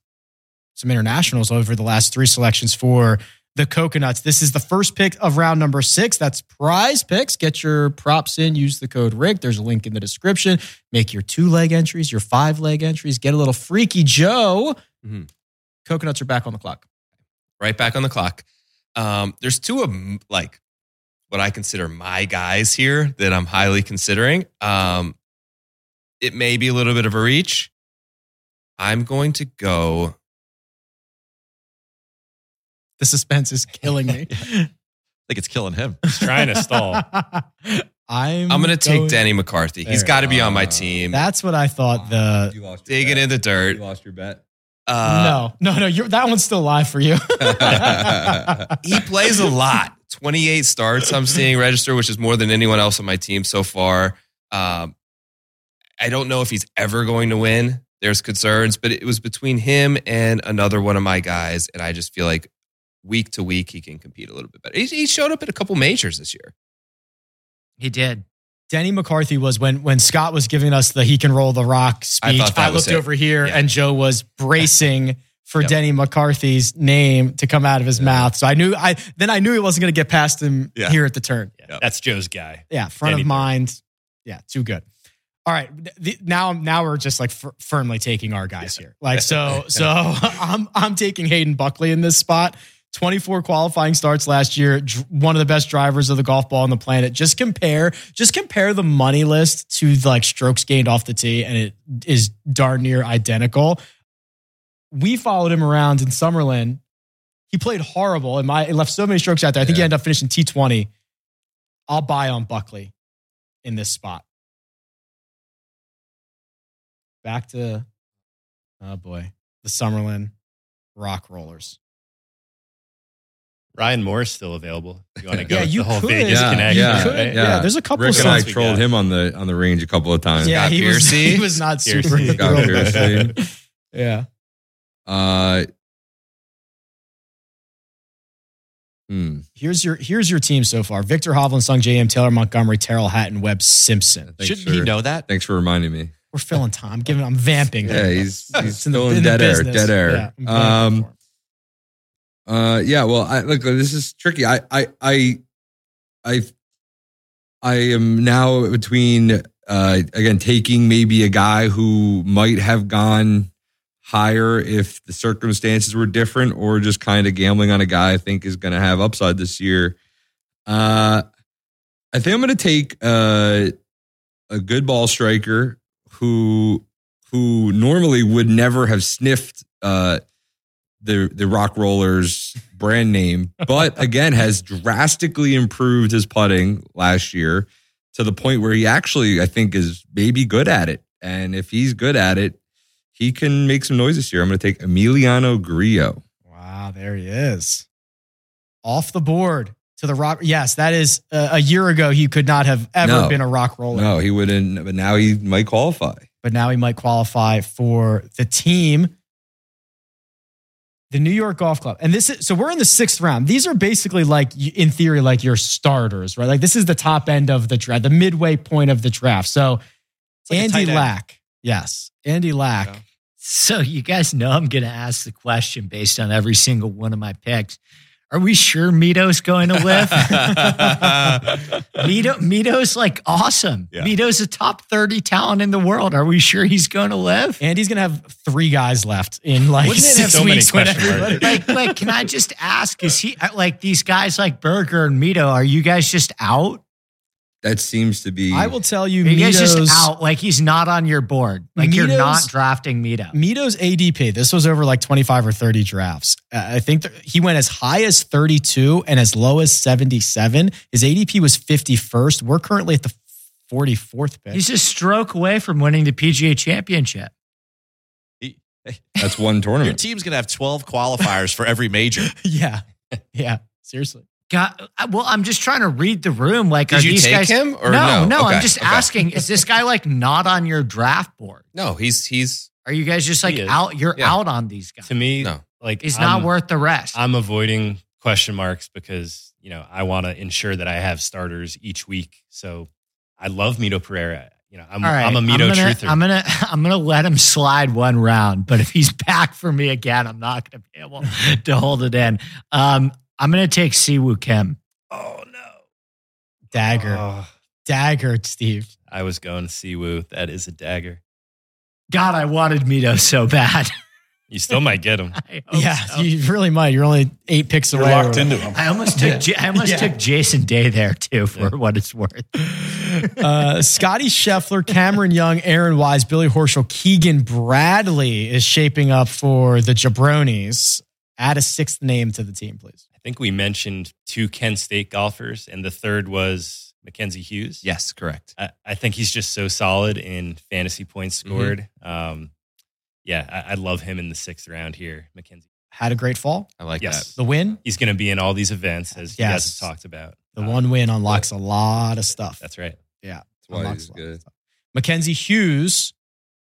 Some internationals over the last three selections for the Coconuts. This is the first pick of round number six. That's prize picks. Get your props in. Use the code RIG. There's a link in the description. Make your two leg entries, your five leg entries. Get a little freaky Joe. Mm-hmm. Mhm. Coconuts are back on the clock. Right back on the clock. Um, there's two of m- like what I consider my guys here that I'm highly considering. Um, it may be a little bit of a reach. I'm going to go. The suspense is killing me. I think it's killing him. He's trying to stall. I'm I'm going to take going- Danny McCarthy. He's There. got to be on my Uh, team. That's what I thought. The you lost your Digging bet. in the dirt. You lost your bet. Uh, no, no, no. You're, that one's still live for you. He plays a lot. 28 starts I'm seeing register, which is more than anyone else on my team so far. Um, I don't know if he's ever going to win. There's concerns, but it was between him and another one of my guys, and I just feel like week to week he can compete a little bit better. He, he showed up at a couple majors this year. He did. Denny McCarthy was when when Scott was giving us the he can roll the rock I speech. thought that I, was looked it. over here Yeah. and Joe was bracing for Yep. Denny McCarthy's name to come out of his mouth. So I knew I then I knew he wasn't going to get past him Yeah. here at the turn. Yeah, That's Joe's guy. Yeah, front Denny of Bird. mind. Yeah, too good. All right, the, now now we're just like fir- firmly taking our guys here. Like so so I'm I'm taking Hayden Buckley in this spot. 24 qualifying starts last year, dr- one of the best drivers of the golf ball on the planet. Just compare, just compare the money list to like strokes gained off the tee and it is darn near identical. We followed him around in Summerlin. He played horrible and my it left so many strokes out there. I think he Yeah. ended up finishing T20. I'll buy on Buckley in this spot. Back to oh boy, the Summerlin Rock Rollers. Ryan Moore's still available. You want to go Yeah, with you the whole could. Vegas Yeah, connection? yeah, right? yeah. there's a couple Rick and I songs. we trolled got. him on the on the range a couple of times. Yeah, Scott he was, Piercy. he was not super. Piercy. Scott thrilled about that. Yeah. Uh, hmm, Here's your here's your team so far: Victor Hovland, Sung J.M. Taylor, Montgomery, Terrell Hatton, Webb Simpson. thanks Shouldn't for, he know that? Thanks for reminding me. We're filling time. I'm giving. I'm vamping. Yeah, he's he's It's still in, the dead air. business. Dead Yeah, air. I'm vamping um, for him. Uh, yeah. Well, I look. This is tricky. I, I, I, I, I am now between uh, again, taking maybe a guy who might have gone higher if the circumstances were different, or just kind of gambling on a guy I think is going to have upside this year. Uh, I think I'm going to take uh, a good ball striker who who normally would never have sniffed uh, the the Rock Rollers brand name, but again has drastically improved his putting last year to the point where he actually I think is maybe good at it. And if he's good at it, he can make some noise this year. I'm going to take Emiliano Grillo. Wow, there he is. Off the board to the rock. Yes, that is uh, a year ago. He could not have ever No. been a rock roller. No, he wouldn't, but now he might qualify. but now he might qualify for the team. The New York Golf Club. And this is so we're in the sixth round. These are basically like, in theory, like your starters, right? Like this is the top end of the draft, the midway point of the draft. So It's like a Andy tight end. Lack. Yes. Andy Lack. Yeah. So you guys know I'm going to ask the question based on every single one of my picks. Are we sure Mito's going to live? Mito, Mito's like awesome. Yeah. Mito's a top 30 talent in the world. Are we sure he's going to live? Andy's gonna have three guys left in like Wouldn't it six have so many weeks when question marks. everybody- Like, like, can I just ask? Is he uh, like these guys like Berger and Mito? Are you guys just out? That seems to be. I will tell you, Are you guys just Mito's- out? Like he's not on your board. Like you're not Mito's- drafting Mito. Mito's ADP, this was over like 25 or 30 drafts. Uh, I think th- he went as high as 32 and as low as 77. His ADP was 51st. We're currently at the 44th pick. He's a stroke away from winning the PGA championship. That's one Your tournament. team's going to have 12 qualifiers for every major. yeah. Yeah. Seriously. God, I- well, I'm just trying to read the room. Like, are Did you these take guys? him or no, no? I'm Okay, just okay. asking. Is this guy like not on your draft board? No, he's he's Are you guys just like He is. out? You're Yeah. out on these guys. To me, No. like He's I'm- not worth the rest. I'm avoiding question marks because you know I want to ensure that I have starters each week. So I love Mito Pereira. You know, I'm, All right, I'm a Mito I'm gonna, truther. I'm gonna I'm gonna let him slide one round, but if he's back for me again, I'm not gonna be able to hold it in. Um, I'm gonna take Siwoo Kim. oh no, Dagger. Oh, Dagger, Steve. I was going Siwoo. That is a dagger. God, I wanted Mito so bad. You still might get him. I hope Yeah. so. You really might. You're only eight picks You're away. locked into him. I almost took Ja- I almost Yeah. took Jason Day there too, for what it's worth. uh, Scotty Scheffler, Cameron Young, Aaron Wise, Billy Horschel, Keegan Bradley is shaping up for the Jabronis. Add a sixth name to the team, please. I think we mentioned two Kent State golfers, and the third was Mackenzie Hughes. yes, correct. I, I think he's just so solid in fantasy points Mm-hmm. scored. Um, yeah, I, I love him in the sixth round here, Mackenzie. Had a great fall. I like Yes. The win, He's going to be in all these events as you guys Yes. have talked about. the Uh, one win unlocks a lot of stuff. That's right. That's why Unlocks he's a lot of good. stuff. Mackenzie Hughes,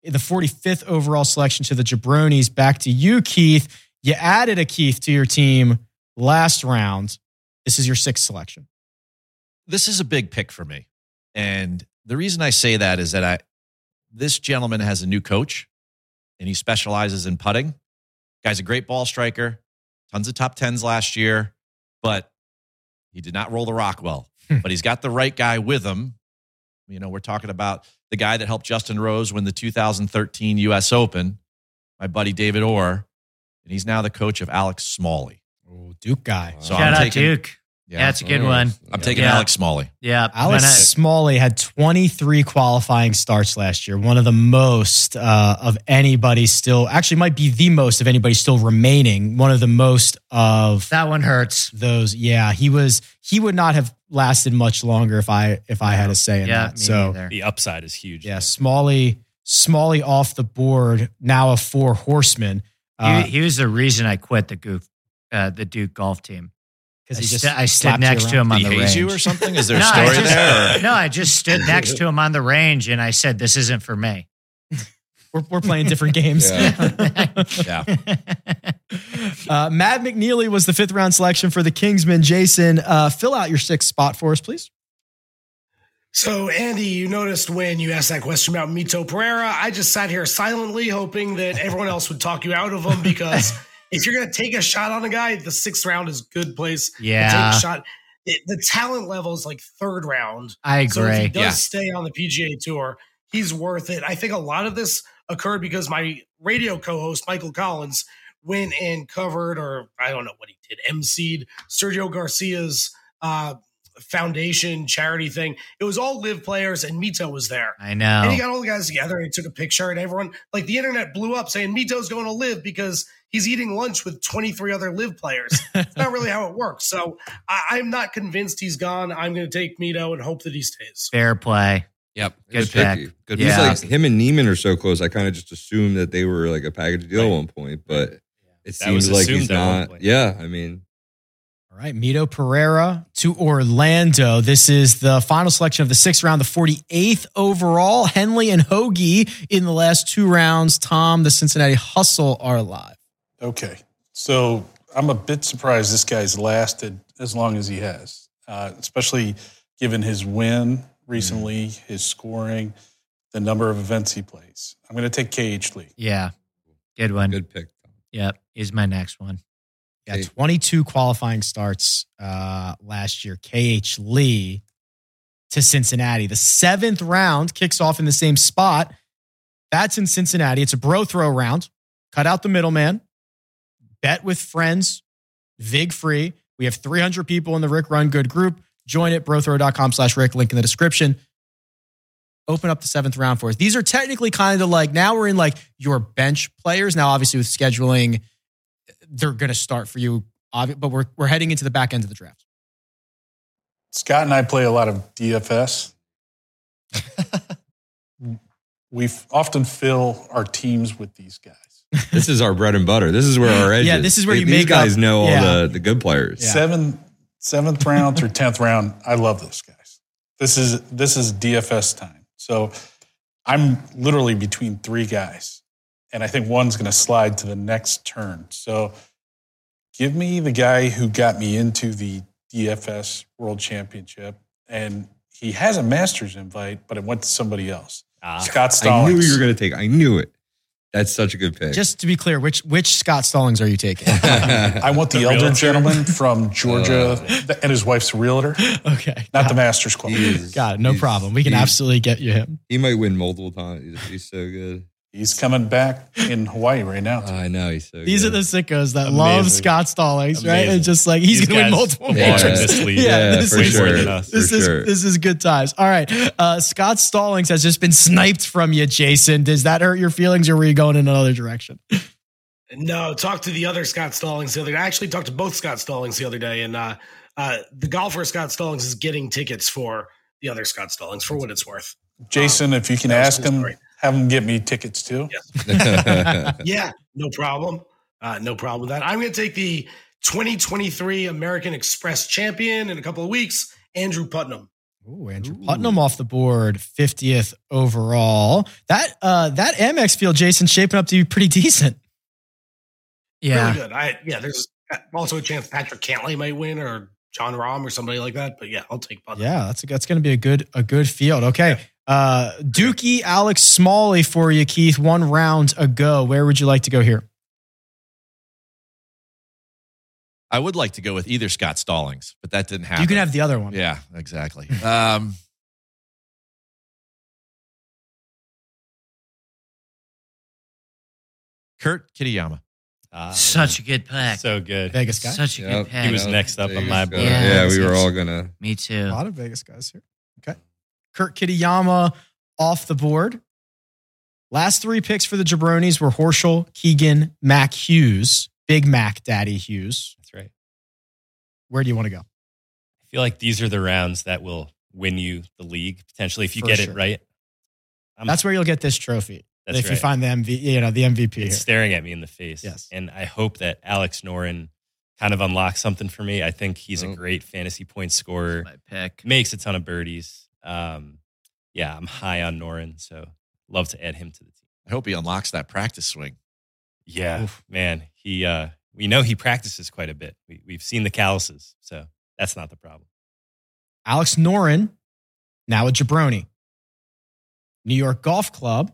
the 45th overall selection to the Jabronis. Back to you, Keith. You added a Keith to your team last round. This is your sixth selection. this is a big pick for me. And the reason I say that is that I this gentleman has a new coach and he specializes in putting. Guy's a great ball striker, tons of top 10s last year, but he did not roll the rock well. Hmm. but he's got the right guy with him. You know, we're talking about the guy that helped Justin Rose win the 2013 US Open, my buddy David Orr, and he's now the coach of Alex Smalley. Oh, Duke guy. So Shout I'm out taking- Duke. That's a good one. I'm taking Yeah. Alex Smalley. Yeah, Alex Then I- Smalley had 23 qualifying starts last year, one of the most uh, of anybody still, actually, might be the most of anybody still remaining, one of the most of that one hurts. those yeah he was he would not have lasted much longer if i if i had a say in Yeah, that me so neither. The upside is huge. yeah smalley smalley off the board now a four horseman He, because he was the reason I quit the goof, uh, the Duke golf team. I, he just sta- I stood slapped you next to around. him on Did the he haze range. you or something? Is there a No, story I just- there? or- no, I just stood next to him on the range and I said, "This isn't for me." we're, we're playing different games Yeah. uh, matt mcneely was the fifth round selection for the kingsmen jason uh, fill out your sixth spot for us please So, Andy, you noticed when you asked that question about Mito Pereira, I just sat here silently hoping that everyone else would talk you out of him because if you're going to take a shot on a guy, the sixth round is good place to Yeah. take a shot. the, the talent level is like third round. I So if he agree. does Yeah. stay on the PGA tour, he's worth it. I think a lot of this occurred because my radio co-host Michael Collins went and covered, or I don't know what he did, emceed Sergio Garcia's uh, foundation charity thing. It was all live players, and Mito was there. I And he know. got all the guys together and he took a picture, and everyone, like the internet blew up saying Mito's going to live because he's eating lunch with 23 other live players. It's not really how it works. So I, I'm not convinced he's gone. I'm going to take Mito and hope that he stays. Fair play. Yep. Good pick. pick. Good Yeah. pick. He's like him and Neiman are so close. I kind of just assumed that they were like a package deal at one point, but it That was seems like he's assumed at one not. point. Yeah, I mean, All right, Mito Pereira to Orlando. This is the final selection of the sixth round, the 48th overall. Henley and Hoagie in the last two rounds. Tom, the Cincinnati Hustle are live. Okay. So I'm a bit surprised this guy's lasted as long as he has, uh, especially given his win recently, Mm. his scoring, the number of events he plays. I'm going to take KH Lee. Yeah. Good one. good pick. Yep. He's my next one. Yeah, Hey. 22 qualifying starts uh, last year. KH Lee to Cincinnati. The seventh round kicks off in the same spot. That's in Cincinnati. It's a bro throw round. Cut out the middleman. Bet with friends. Vig free. We have 300 people in the Rick Run Good group. Join it, brothrow.com slash Rick. Link in the description. Open up the seventh round for us. These are technically kind of like now we're in like your bench players. Now, obviously, with scheduling they're going to start for you. obvi- But we're we're heading into the back end of the draft. Scott and I play a lot of DFS. we f- often fill our teams with these guys. This is our bread and butter. This is where our edge. Yeah, this is where They- you these make guys up- know all yeah. the the good players. Yeah. Seven, seventh round through tenth round. I love those guys. This is this is DFS time. So I'm literally between three guys, and I think one's going to slide to the next turn. So give me the guy who got me into the DFS World Championship, and he has a Masters invite, but it went to somebody else. Ah, Scott I Stallings. knew you were going to take. I knew it. That's such a good pick. Just to be clear, which which Scott Stallings are you taking? I want the, The elder realtor. gentleman from Georgia and his wife's realtor, okay, not got, the Masters Club. Oh. He is- got it. No he's- problem. We can he's- absolutely get you him. He might win multiple times. He's, he's so good. He's coming back in Hawaii right now. I know he's so. These good. are the sickos that love Amazing. Scott Stallings, right? Amazing. And just like he's These going to win guys multiple are majors. this league. Yeah, Yeah, this for is sure. Way more than us. This For is sure. this is good times. All right, uh, Scott Stallings has just been sniped from you, Jason. Does that hurt your feelings, or were you going in another direction? No, talk uh, to the other Scott Stallings the other day. I actually talked to both Scott Stallings the other day, and uh, uh, the golfer Scott Stallings is getting tickets for the other Scott Stallings for what it's worth. Jason, if you can that was ask cool him, story. have him get me tickets too. Yeah, no problem. Uh, no problem with that. I'm going to take the 2023 American Express champion in a couple of weeks, Andrew Putnam. Ooh, Andrew Putnam off the board, 50th overall. That uh that Amex field, Jason, shaping up to be pretty decent. Yeah. Really good. I yeah, there's also a chance Patrick Cantley might win or John Rahm or somebody like that. But yeah, I'll take Putnam. Yeah, that's that's gonna be a good a good field. Okay. Uh Dookie Alex Smalley for you, Keith, one round ago. Where would you like to go here? I would like to go with either Scott Stallings, but that didn't happen. You can have the other one. Yeah, exactly. um, Kurt Kitayama. Uh, ah, Such a good pick. so good. Vegas guy. Such a Yep. good pick. He was next up on my board. board. Yeah, Yeah, we were that's- all gonna. Me A too. lot of Vegas guys here. Okay. Kurt Kitayama off the board. Last three picks for the Jabronis were Horschel, Keegan, Mac Hughes, Big Mac Daddy Hughes. That's right. Where do you want to go? I feel like these are the rounds that will win you the league potentially if you For get sure. it right. I'm, That's where you'll get this trophy. That's if you right. find the MV, you know, the MVP. it's Here. staring at me in the face. Yes. And I hope that Alex Norin kind of unlocks something for me. I think he's Oh. a great fantasy point scorer, My pick. makes a ton of birdies. Um, yeah, I'm high on Norin, so love to add him to the team. I hope he unlocks that practice swing. Yeah, man. He uh we know he practices quite a bit. We we've seen the calluses, so that's not the problem. Alex Norin, now a jabroni. New York Golf Club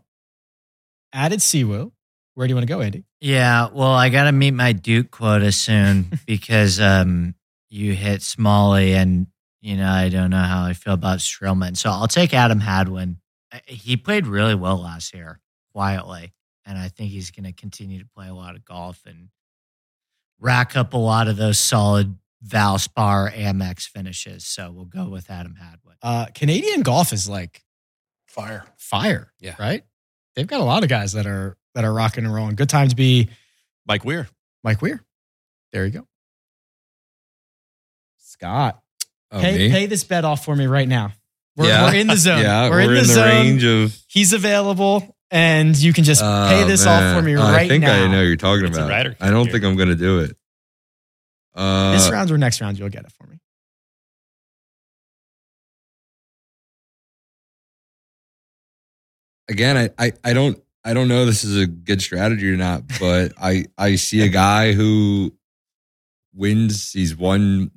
added Siwoo. Where do you want to go, Andy? Yeah, well, I got to meet my Duke quota soon because um, you hit Smalley, and you know I don't know how I feel about Strillman. So I'll take Adam Hadwin. Uh, He played really well last year, quietly, and I think he's going to continue to play a lot of golf and rack up a lot of those solid Valspar Amex finishes. So we'll go with Adam Hadwin. Uh, Canadian golf is like Fire. fire. Yeah. Right. They've got a lot of guys that are that are rocking and rolling. Good time to be Mike Weir. Mike Weir. There you go. Scott, Oh, pay, me? pay this bet off for me right now. We're, Yeah. we're in the zone. yeah, we're, in the, zone. range of. He's available, and you can just pay Oh, this man. off for me Oh, right I think now. I know you're talking It's a about. Ryder I don't Cup think I'm going to do it. Uh, This round or next round, you'll get it for me. again, I, I, I don't I don't know if this is a good strategy or not, but I I see a guy who wins. He's won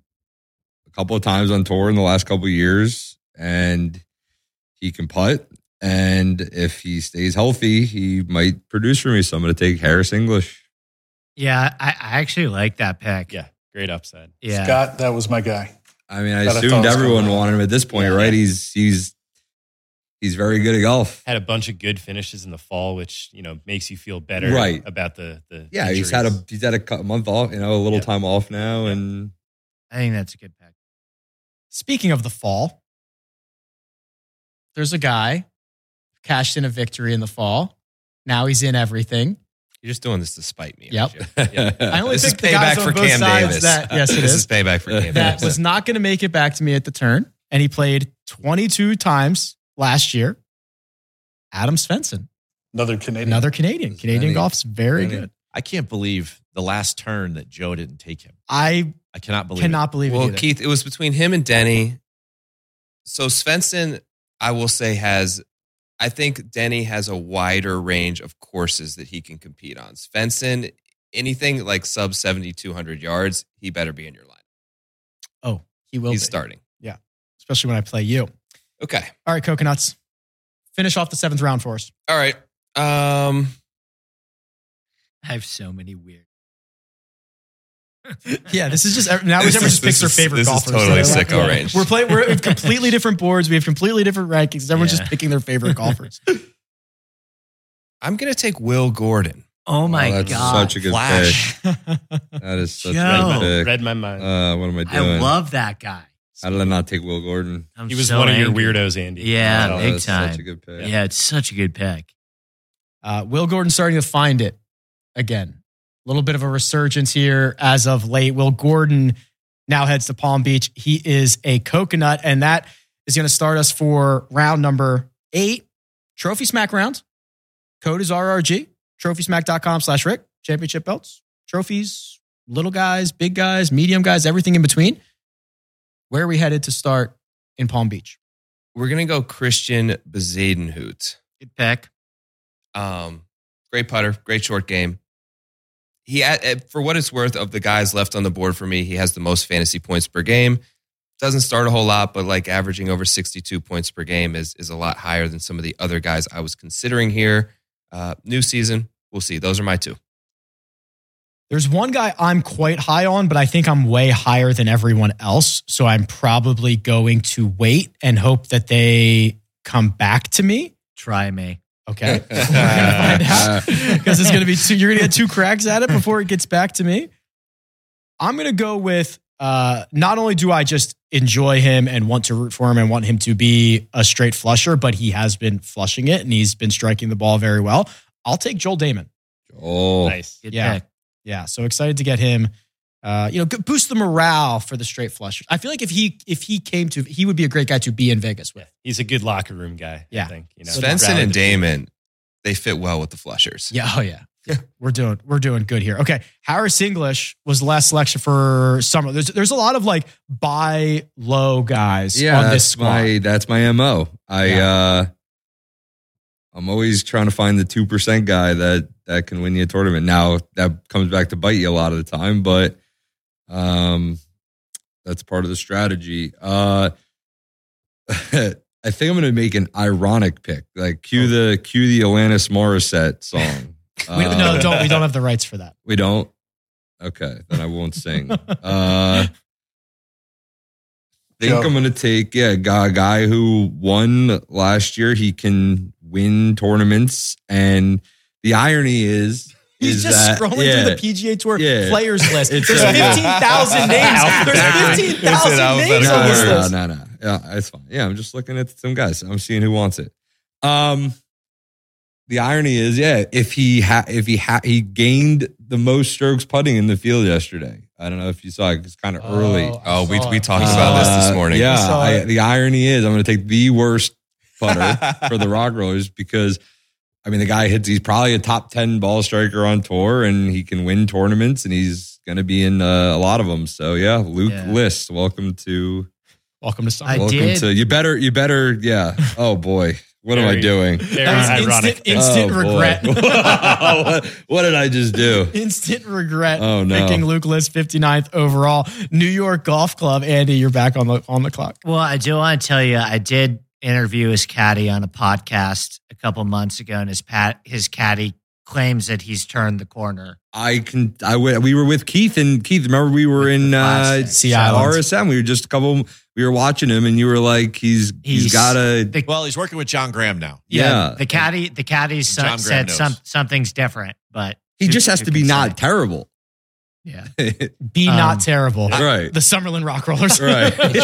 a couple of times on tour in the last couple of years, and he can putt. And if he stays healthy, he might produce for me. So I'm going to take Harris English. Yeah, I, I actually like that pick. Yeah, great upside. yeah. Scott, that was my guy. I mean, I Gotta assumed throw this everyone guy. wanted him at this point, Yeah. right? He's he's he's very good at golf. Had a bunch of good finishes in the fall, which you know makes you feel better Right. about the the. Yeah, he's had a injuries. he's had a cou- month off, you know, a little Yeah. time off now, Yeah. and I think that's a good pick. Speaking of the fall, there's a guy who cashed in a victory in the fall. Now he's in everything. You're just doing this to spite me. Yep. aren't you? Yeah. I only this is picked the guys payback on for both Cam sides Davis. that- yes, it this is. is payback for Cam That Davis. was not going to make it back to me at the turn, and he played 22 times last year. Adam Svensson, Another Canadian. another Canadian. Canadian Many. golf's very Many. good. I can't believe the last turn that Joe didn't take him. I I cannot believe it. cannot believe well, it. either. Keith, it was between him and Denny. So Svensson, I will say, has I think Denny has a wider range of courses that he can compete on. Svensson, anything like sub seventy two hundred yards, he better be in your line. Oh, he will. He's be, starting. especially when I play you. Okay. All right, coconuts. Finish off the seventh round for us. All right. Um, I have so many weird. Yeah, this is just now This whichever is- just picks this their is- favorite this is golfers. totally So, sicko range. We're playing. We're we have completely different boards. We have completely different rankings. Everyone's Yeah. just picking their favorite golfers. I'm gonna take Will Gordon. Oh my Oh, that's god! such a good Flash. pick. That is such Joe. a good pick. Read my mind. Uh, what am I I doing? love that guy. How did I not take Will Gordon? I'm he was so one of angry. your weirdos, Andy. Yeah, So- that big was time. Such a good Yeah. pick. it's such a good pick. Uh, Will Gordon starting to find it again. A little bit of a resurgence here as of late. Will Gordon now heads to Palm Beach. He is a coconut, and that is going to start us for round number eight. Trophy Smack round. Code is RRG. TrophySmack.com slash Rick. Championship belts, trophies, little guys, big guys, medium guys, everything in between. Where are we headed to start in Palm Beach? We're gonna go Christian Bezadenhout. Good pick. Um, great putter, great short game. He, at- at- for what it's worth, of the guys left on the board for me, he has the most fantasy points per game. Doesn't start a whole lot, but like averaging over 62 points per game is is a lot higher than some of the other guys I was considering here. Uh, new season, we'll see. Those are my two. There's one guy I'm quite high on, but I think I'm way higher than everyone else. So I'm probably going to wait and hope that they come back to me. Try me. Okay. We're gonna find out. Because it's gonna be two, you're gonna get two cracks at it before it gets back to me. I'm gonna go with uh, not only do I just enjoy him and want to root for him and want him to be a straight flusher, but he has been flushing it and he's been striking the ball very well. I'll take Joel Damon. Oh, Nice. Good Yeah. pick. Yeah, so excited to get him. Uh, you know, go- boost the morale for the straight flushers. I feel like if he if he came to, he would be a great guy to be in Vegas with. He's a good locker room guy. Yeah. I think. You know, Svensson Rally the people. and Damon, they fit well with the flushers. Yeah, oh yeah. We're doing we're doing good here. Okay, Harris English was the last selection for summer. There's there's a lot of like buy low guys yeah. on That's this squad. my that's my mo. I uh, I'm always trying to find the two percent guy that that can win you a tournament. Now that comes back to bite you a lot of the time, but um, that's part of the strategy. Uh, I think I'm going to make an ironic pick. Like cue the cue the Alanis Morissette song. Oh. we, Uh, no, don't we don't have the rights for that. We don't. Okay, then I won't sing. Uh, think Joe. I'm going to take yeah, a guy, a guy who won last year. He can win tournaments, and the irony is, He's is just that, scrolling yeah, through the PGA Tour Yeah. players list. It's, There's uh, yeah. 15,000 names. There's 15,000 names No, on this no, no, list. no, no. Yeah, it's fine. Yeah, I'm just looking at some guys. I'm seeing who wants it. Um, the irony is, yeah, if he ha- if he ha- he gained the most strokes putting in the field yesterday. I don't know if you saw it. It's kind of early. Oh, I Oh, we, saw we it. talked about this Uh, this morning. Yeah, I saw I- it. the irony is, I'm going to take the worst putter for the Rock Rollers because, I mean, the guy hits. He's probably a top ten ball striker on tour, and he can win tournaments, and he's going to be in uh, a lot of them. So yeah, Luke Yeah. List, welcome to Welcome to summer. I welcome did. to you. Better you better yeah. Oh boy, what am I Very- doing? Very That was ironic. instant- Instant Oh, boy. regret. what, what did I just do? Instant regret. Oh, no. Picking Luke List 59th overall. New York Golf Club. Andy, you're back on the on the clock. Well, I do want to tell you, I did interview his caddy on a podcast a couple months ago, and his pat his caddy claims that he's turned the corner. I can. I w- we were with Keith and Keith. Remember we were in uh, Classic. Sea Islands. RSM. We were just a couple. We were watching him, and you were like, "He's he's He's- got a The, Well, he's working with John Graham now. yeah." the caddy, the caddy's son uh, John Graham said some, knows. something's different, but He who- just has who to be can not say? terrible, yeah. right? Be Um, not terrible. Right. The Summerlin Rock Rollers.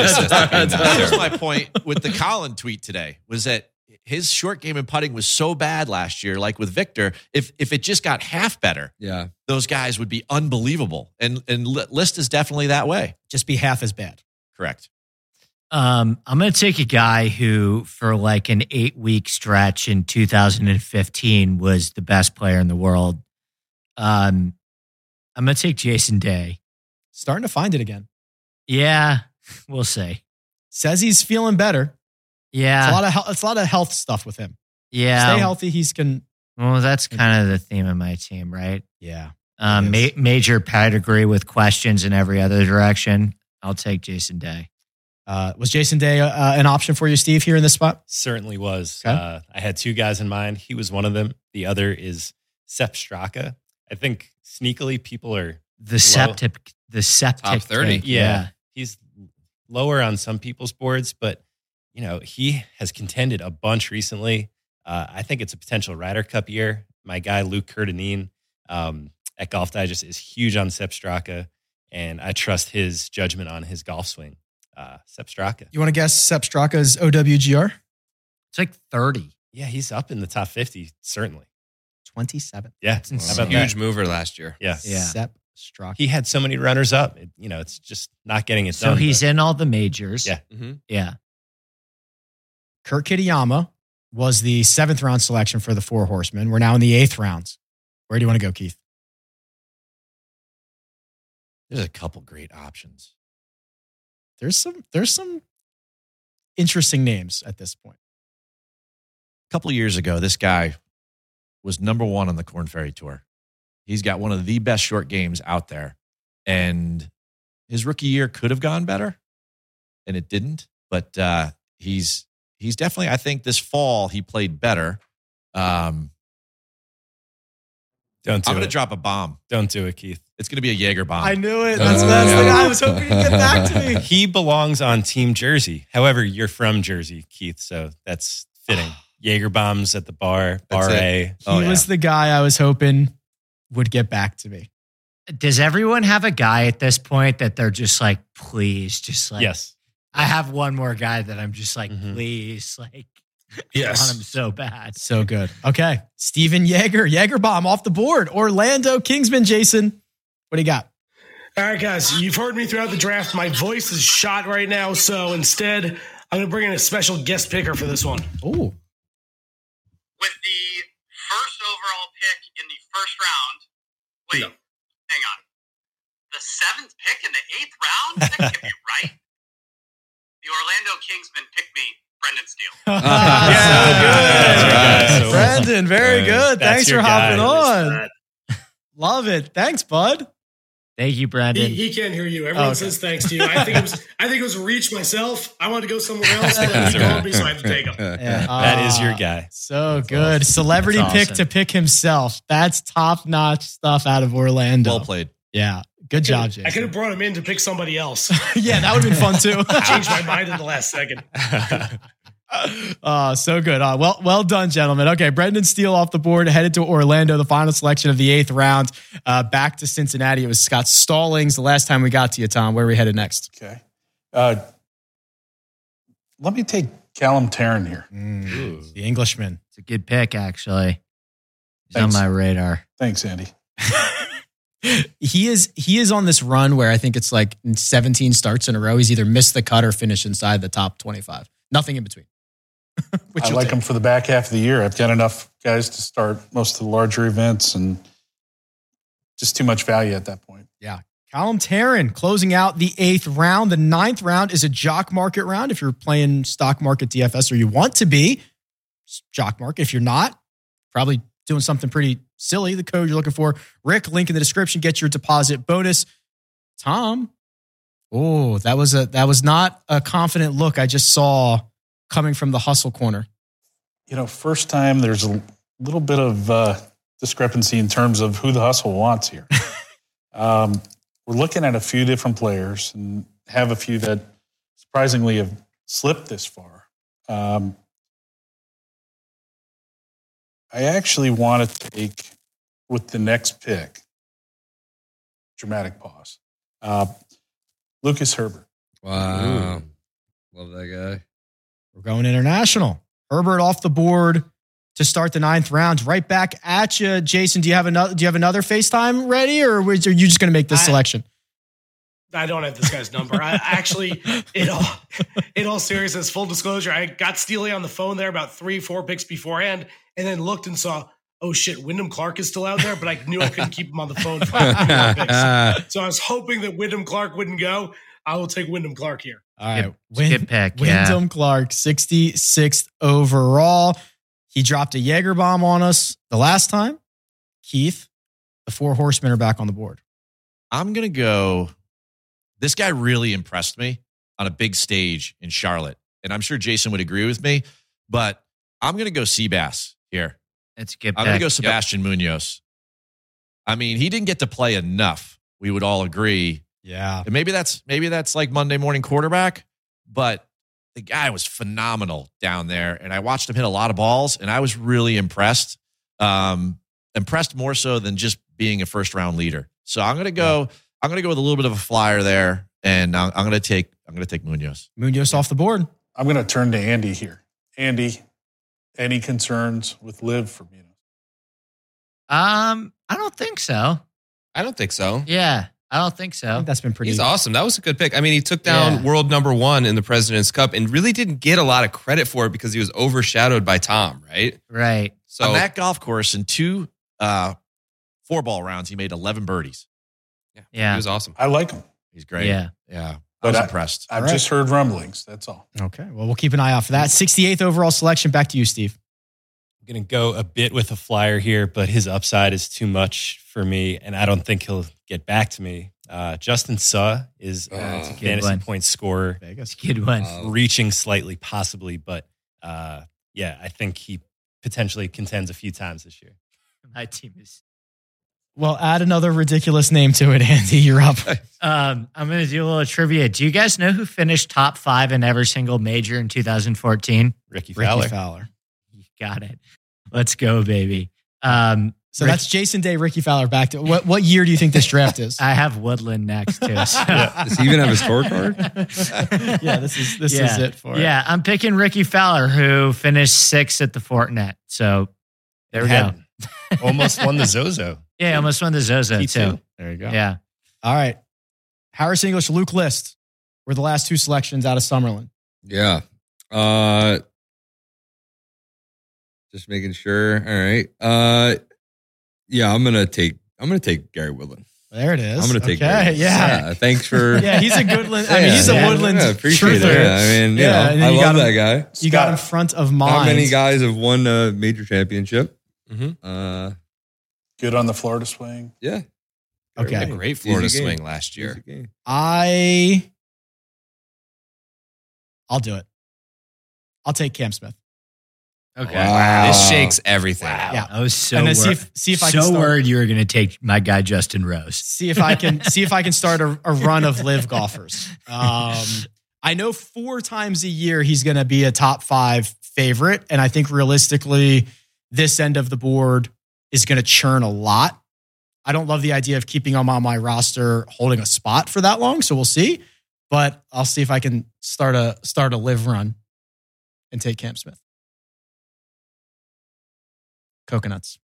that was my point with the Colin tweet today was that his short game and putting was so bad last year, like with Victor, if if it just got half better, Yeah. those guys would be unbelievable. And and Li- List is definitely that way. Just be half as bad. Correct. Um, I'm going to take a guy who, for like an eight week stretch in 2015, was the best player in the world. Um, I'm going to take Jason Day. Starting to find it again. Yeah, we'll see. Says he's feeling better. It's a Yeah, lot of health, it's a lot of health stuff with him. yeah. Stay healthy. He's can. Well, that's kind of the theme of my team, right? Yeah. Um, ma- Yes. major pedigree with questions in every other direction. I'll take Jason Day. Uh, was Jason Day uh, an option for you, Steve, here in this spot? Certainly was. Okay. Uh, I had two guys in mind. He was one of them. The other is Sep Straka. I think sneakily people are The septic, the septic, Top 30. tank, Yeah. he's lower on some people's boards, but you know he has contended a bunch recently. Uh, I think it's a potential Ryder Cup year. My guy Luke Curtinine um, at Golf Digest is huge on Sep Straka, and I trust his judgment on his golf swing. Uh, Sep Straka. You want to guess Sep Straka's OWGR? It's like thirty. Yeah, he's up in the top fifty certainly. 27. Yeah, That's insane. How about Huge that? mover last year. Yeah, Yeah. Sep Straka. he had so many runners up. It, you know, it's just not getting it So done. he's but in all the majors. Yeah. Mhm. yeah. Kurt Kitayama was the seventh round selection for the Four Horsemen. We're now in the eighth rounds. Where do you want to go, Keith? There's a couple great options. There's some there's some interesting names at this point. A couple years ago, this guy was number one on the Corn Ferry Tour. He's got one of the best short games out there. And his rookie year could have gone better, and it didn't. But uh, he's he's definitely, I think this fall he played better. Um, don't do I'm going it. to drop a bomb. don't do it, Keith. It's going to be a Jaeger bomb. knew it. That's what I was like, I was hoping you'd get back to me. Oh, he belongs on Team Jersey. However, you're from Jersey, Keith, so that's fitting. Jaeger bombs at the bar, bar That's it. A. Oh, He Oh, was the guy I was hoping would get back to me. Does everyone have a guy at this point that they're just like, please, just like, Yes. I have one more guy that I'm just like, Mhm. please, like, I want him Yes. so bad. So good. Okay. Steven Yeager, Yeagerbaum off the board. Orlando Kingsman, Jason. What do you got? All right, guys, you've heard me throughout the draft. My voice is shot right now, so instead, I'm going to bring in a special guest picker for this one. Oh, with the first overall pick in the first round. Wait, No. hang on. The seventh pick in the eighth round? That can't be right. The Orlando Kingsmen picked me, Brendan Steele. Ah, That's your guy. So Brandon, very That's good. Thanks your for hopping guy. on. Love it. Thanks, bud. Thank you, He, Brandon. he can't hear you. Everyone Oh, okay. says thanks to you. I think it was. I think it was a reach myself. I wanted to go somewhere else, but he called me, so I had to take him. That is your Ah, guy. So good. Celebrity That's pick awesome. to pick himself. That's top notch stuff out of Orlando. well played. Yeah. Good job, I could Jason. have brought him in to pick somebody else. yeah, that would have been fun too. Changed my mind at the last second. Oh, so good. Uh, well, well done, gentlemen. Okay, Brendan Steele off the board, headed to Orlando, the final selection of the eighth round. Uh, back to Cincinnati. It was Scott Stallings the last time we got to you, Tom. Where are we headed next? Okay. Uh, let me take Callum Tarrant here. Mm. The Englishman. It's a good pick, actually. He's Thanks. on my radar. Thanks, Andy. He is he is on this run where I think it's like 17 starts in a row. He's either missed the cut or finished inside the top 25. Nothing in between. Which I you'll like take. him for the back half of the year. I've got enough guys to start most of the larger events and just too much value at that point. Colin Taryn closing out the eighth round. The ninth round is a jock market round. If you're playing stock market DFS or you want to be, it's jock market. If you're not, probably doing something pretty silly. The code you're looking for, Rick, link in the description. Get your deposit bonus. Tom, oh, that was a that was not a confident look I just saw coming from the hustle corner. You know, first time there's a little bit of uh, discrepancy in terms of who the hustle wants here. um, we're looking at a few different players and have a few that surprisingly have slipped this far. Um, I actually want to take with the next pick, dramatic pause, uh, Lucas Herbert. Wow. Love that guy. We're going international. Herbert off the board to start the ninth round. Right back at you, Jason. Do you have another? Do you have another FaceTime ready, or was- are you just going to make this I- selection? I don't have this guy's number. I actually, in all, in all seriousness, full disclosure, I got Steely on the phone there about three, four picks beforehand, and then looked and saw, oh shit, Wyndham Clark is still out there, but I knew I couldn't keep him on the phone for more picks. So I was hoping that Wyndham Clark wouldn't go. I will take Wyndham Clark here. All Good- right, good pick. Yeah. Wyndham Clark, sixty sixth overall. He dropped a Jaeger bomb on us the last time. Keith, the four horsemen are back on the board. I'm going to go. This guy really impressed me on a big stage in Charlotte. And I'm sure Jason would agree with me, but I'm going to go Seabass here. That's a good I'm going pick. to go Sebastian Munoz. I mean, he didn't get to play enough. We would all agree. Yeah, And maybe that's maybe that's like Monday morning quarterback, but the guy was phenomenal down there. And I watched him hit a lot of balls, and I was really impressed. Um, impressed more so than just being a first round leader. So I'm gonna go. I'm gonna go with a little bit of a flyer there, and I'm, I'm gonna take. I'm gonna take Munoz. Munoz off the board. I'm going to turn to Andy here. Andy, any concerns with Liv for Munoz? Um, I don't think so. I don't think so. Yeah, I don't think I so. think that's been pretty. He's awesome. That was a good pick. I mean, he took down Yeah. world number one in the President's Cup and really didn't get a lot of credit for it because he was overshadowed by Tom, right? Right. So On that golf course, in two uh, four ball rounds, he made 11 birdies. he Yeah. was awesome. I like him. He's great. Yeah. yeah. I But was I- impressed. I've All right. just heard rumblings. That's all. Oh, Okay, well, we'll keep an eye out for that. Sixty eighth overall selection. Back to you, Steve. I'm going to go a bit with a flyer here, but his upside is too much for me, and I don't think he'll get back to me. Uh, Justin Suh is Oh. a Good fantasy one. point scorer, Vegas. It's a good one. Uh, reaching slightly, possibly, but uh, yeah, I think he potentially contends a few times this year. my team is. Well, add another ridiculous name to it, Andy. You're up. Um, I'm going to do a little trivia. Do you guys know who finished top five in every single major in 2014? Ricky Fowler. Ricky Fowler. You got it. Let's go, baby. Um, So that's Jason Day, Ricky Fowler. Back to what? What year do you think this draft is? I have Woodland next too. So. Does he even have a scorecard? yeah, this is this is Yeah. it for it. Yeah, I'm picking Ricky Fowler, who finished sixth at the Fortinet. So there we go. Had- Almost won the Zozo. Yeah, almost won the Zozo He too. too. There you go. Yeah, All right. Harris English, Luke List were the last two selections out of Summerlin. Yeah. Uh just making sure. All right. Uh yeah, I'm gonna take I'm gonna take Gary Woodland. There it is. I'm gonna take Gary Okay. Woodland. Yeah. Thanks for yeah. He's a Goodland. I mean, Yeah, he's a yeah, Woodland yeah, appreciate truther. It. Yeah, I mean, Yeah, yeah, and I you love got him- that guy. You got in front of mine. How many guys have won a major championship? Mhm. Uh Good on the Florida swing. yeah. Okay. Gary A Woodland. great Florida Easy game. swing last year. Easy game. I. I'll do it. I'll take Cam Smith. Okay. Wow. This shakes everything. Yeah. I was so And then worried. see if- see if I can so start- worried you were going to take my guy Justin Rose. see if I can see if I can start a, a run of live golfers. Um, I know four times a year he's going to be a top five favorite, and I think realistically, this end of the board is going to churn a lot. I don't love the idea of keeping him on my roster, holding a spot for that long. So we'll see, but I'll see if I can start a start a live run and take Cam Smith. Coconuts.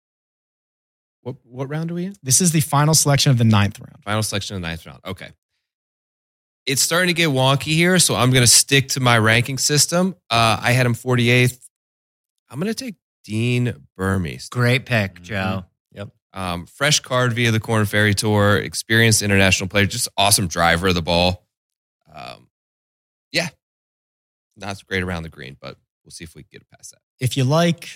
What what round are we in? This is the final selection of the ninth round. Final selection of the ninth round. Okay. It's starting to get wonky here, so I'm going to stick to my ranking system. Uh, I had him 48th. I'm going to take Dean Burmes. Great pick, Joe. Um, fresh card via the Corn Ferry Tour, experienced international player, just awesome driver of the ball. Um, yeah. Not great around the green, but we'll see if we can get it past that. if you like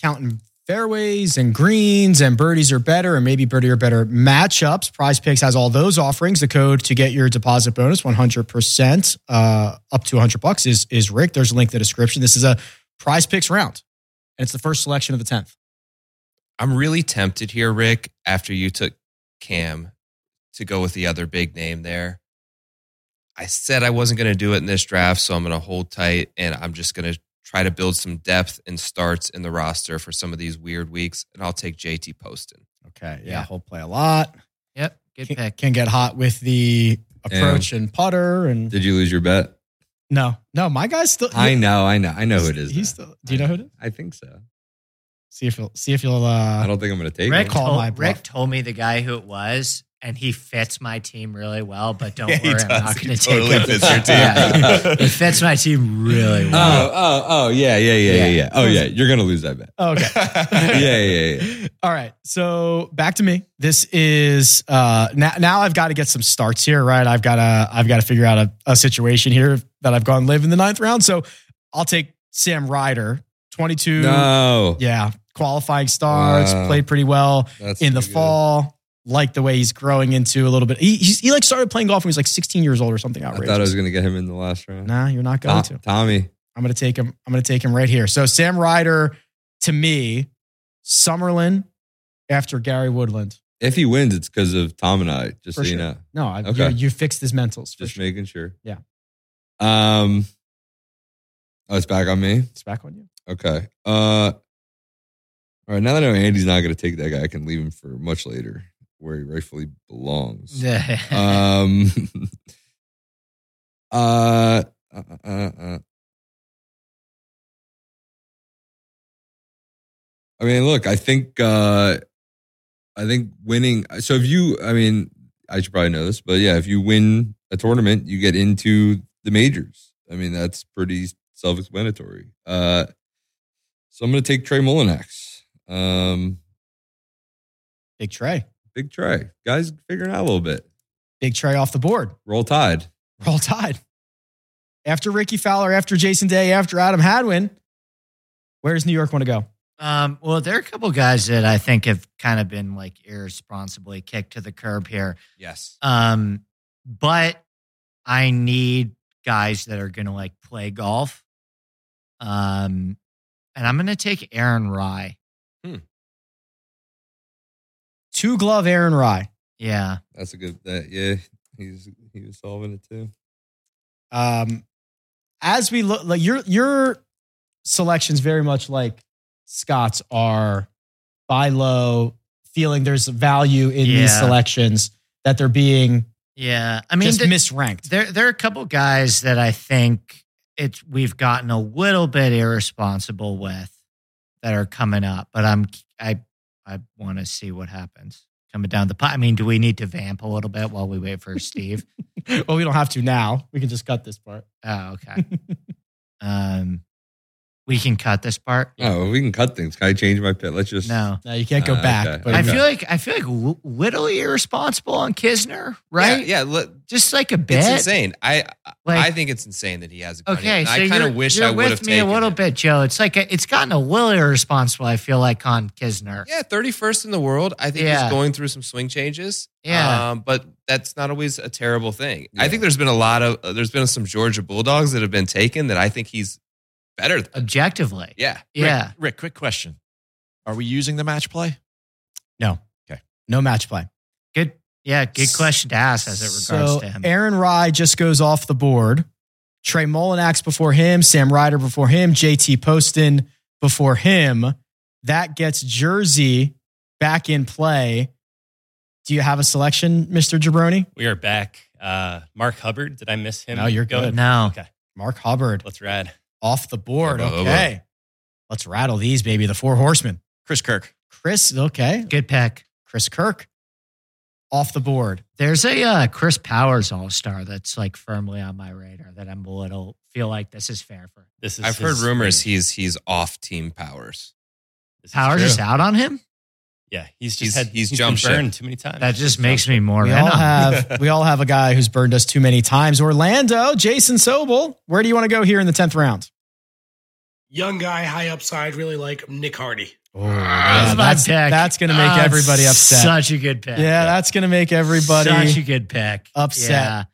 counting fairways and greens and birdies are better and maybe birdie or better matchups prize picks has all those offerings the code to get your deposit bonus 100% uh, up to 100 bucks is is rick there's a link in the description this is a prize picks round and it's the first selection of the 10th I'm really tempted here, Rick, after you took Cam to go with the other big name there. I said I wasn't going to do it in this draft, so I'm going to hold tight and I'm just going to try to build some depth and starts in the roster for some of these weird weeks. And I'll take JT Poston. okay yeah, he'll play a lot Yep. Good can, pick. can get hot with the approach and putter and Did you lose your bet? no no my guy's still I know, I know, I know who it is. he's now. still do you know who it is I think so. see if you'll see if you'll I uh don't think I'm going to take Rick it. call told, my Oh, bluff. Rick told me the guy who it was, and he fits my team really well. But don't Yeah, he worry, I'm does. not He going to totally take fits it. your team. Um, Yeah. he fits my team really well. Oh, oh, oh, yeah, yeah, yeah, yeah, yeah. Oh, yeah, you're going to lose that bet. Oh, okay Yeah, yeah, yeah. All right. So back to me. This is uh now now I've got to get some starts here, right? I've gotta I've gotta figure out a, a situation here that I've gone live in the ninth round. So I'll take Sam Ryder, 22. No. Yeah. Qualifying starts, Wow. played pretty well That's in the pretty good. fall. Like the way he's growing into a little bit. He he's, he like started playing golf when he was like 16 years old or something I outrageous. thought Ah. I was going to get him in the last round. nah, you're not going Tom- to. Tommy. I'm gonna take him. I'm gonna take him right here. So Sam Ryder to me, Summerlin after Gary Woodland. If he wins, it's because of Tom and I, just For so you sure. know. No, I, you- Okay. you, fixed his mentals. For Just sure. making sure. Yeah. Um, oh, it's back on me. It's back on you. Okay. Uh, all right. Now that I know Andy's not going to take that guy, I can leave him for much later where he rightfully belongs. um, uh, uh, uh, uh. I mean, look, I think, uh, I think winning. So if you, I mean, I should probably know this, but yeah, if you win a tournament, you get into the majors. I mean, that's pretty self-explanatory. Uh, so I'm going to take Trey Mullinax. Um, Big Trey. big Trey, guys, figuring out a little bit. Big Trey off the board. Roll Tide. Roll Tide. After Ricky Fowler, after Jason Day, after Adam Hadwin, where does New York want to go? Um, well, there are a couple guys that I think have kind of been like irresponsibly kicked to the curb here. Yes. Um, but I need guys that are going to like play golf. Um, and I'm going to take Aaron Rye. Two glove Aaron Rye. Yeah. That's a good. That yeah, he's he was solving it too. Um, as we look, like your your selections very much like Scott's are buy low, feeling there's value in these Yeah. selections that they're being Yeah. I mean, just the- misranked. There, there are a couple guys that I think it's we've gotten a little bit irresponsible with that are coming up, but I'm I I want to see what happens coming down the pipe. I mean, do we need to vamp a little bit while we wait for Steve? well, we don't have to now. We can just cut this part. oh, okay. Um, we can cut this part. Oh, we can cut things. Can I change my pit? Let's just No, No, you can't go Uh, back. okay. But I Okay. feel like I feel like li- little irresponsible on Kisner, right? Yeah. yeah look, Just like a bit. it's insane. I Like, I think it's insane that he has a gun. Okay, And so I kind you're- of wish you're I would with have me a taken little it. bit, Joe. It's like a, it's gotten a little irresponsible. I feel like on Kisner. Yeah, 31st in the world. I think Yeah. he's going through some swing changes. Yeah. Um, but that's not always a terrible thing. Yeah. I think there's been a lot of, uh, there's been some Georgia Bulldogs that have been taken that I think he's better. Than, objectively. yeah. Yeah. Rick, quick question. Are we using the match play? No match play. Good. Yeah. Good question to ask as it regards so to him. Aaron Rye just goes off the board. Trey Mullinax before him, Sam Ryder before him, JT Poston before him. That gets Jersey back in play. Do you have a selection, Mr. Jabroni? We are back. Uh, Mark Hubbard. Did I miss him? No, you're good. no. Okay. Mark Hubbard Let's ride. off the board. Hubba, hubba. Okay. Let's rattle these, baby. The four horsemen. Chris Kirk. Chris, okay. Good pick. Chris Kirk off the board. There's a uh, Chris Powers All Star that's like firmly on my radar that I'm a little feel like this is fair for. This is. I've heard his- rumors he's he's off team powers. this is Powers true. is out on him. Yeah, he's just He's- had he's he's been jumped ship. burned too many times. That just makes me more. We in all on him. have we all have a guy who's burned us too many times. Orlando, Jason Sobel. Where do you want to go here in the tenth round? Young guy, high upside, really like him, Nick Hardy. Oh, That's Yeah, my Ah, that's, pick. that's gonna make That's everybody upset. Such a good pick. yeah, that's gonna make everybody Such a good pick. upset. Yeah.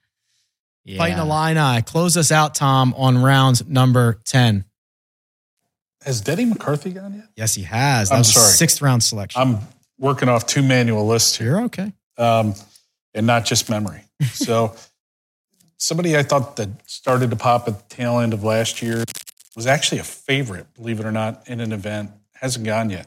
yeah. fighting a line eye. Close us out, Tom, on round number ten. Has Denny McCarthy gone yet? Yes, he has. That I'm was a sorry. sixth round selection. I'm working off two manual lists here, You're okay. um, and not just memory. So, somebody I thought that started to pop at the tail end of last year was actually a favorite, believe it or not, in an event. Hasn't gone yet.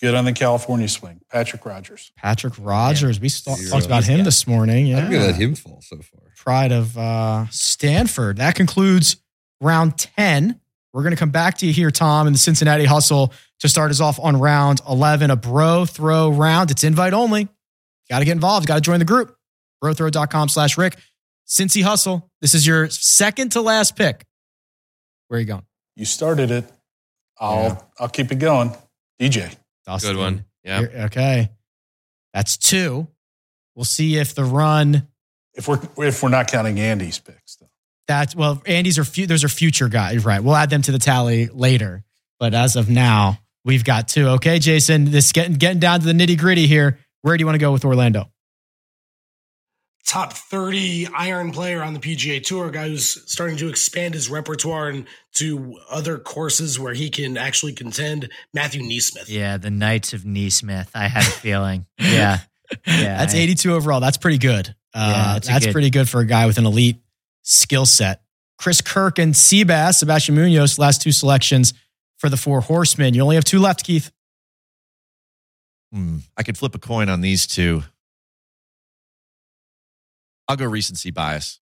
Good on the California swing, Patrick Rogers. Patrick Rogers. We st- Zero. talked about him this morning. I'm gonna Yeah. let him fall so far. Pride of uh, Stanford. That concludes round 10. We're going to come back to you here, Tom, in the Cincinnati Hustle to start us off on round 11, a bro throw round. It's invite only. Got to get involved. Got to join the group. Brothrow.com slash Rick. Cincy Hustle. This is your second to last pick. Where are you going? You started it. I'll Yeah. I'll keep it going. DJ. Dustin. Good one. Yeah. You're- Okay. That's two. We'll see if the run If we're if we're not counting Andy's picks, though. That's well, Andy's are few, those are future guys, right? We'll add them to the tally later, but as of now, we've got two. Okay, Jason, this is getting getting down to the nitty gritty here. Where do you want to go with Orlando? top 30 iron player on the PGA Tour, a guy who's starting to expand his repertoire and to other courses where he can actually contend, Matthew Neesmith. Yeah, the Knights of Neesmith. I had a feeling. yeah. Yeah. that's I- 82 overall. That's pretty good. Yeah, uh, that's that's a good- pretty good for a guy with an elite skill set. Chris Kirk and Seabass, Sebastian Munoz, last two selections for the four horsemen. You only have two left, Keith. Hmm. I could flip a coin on these two. I'll go recency bias.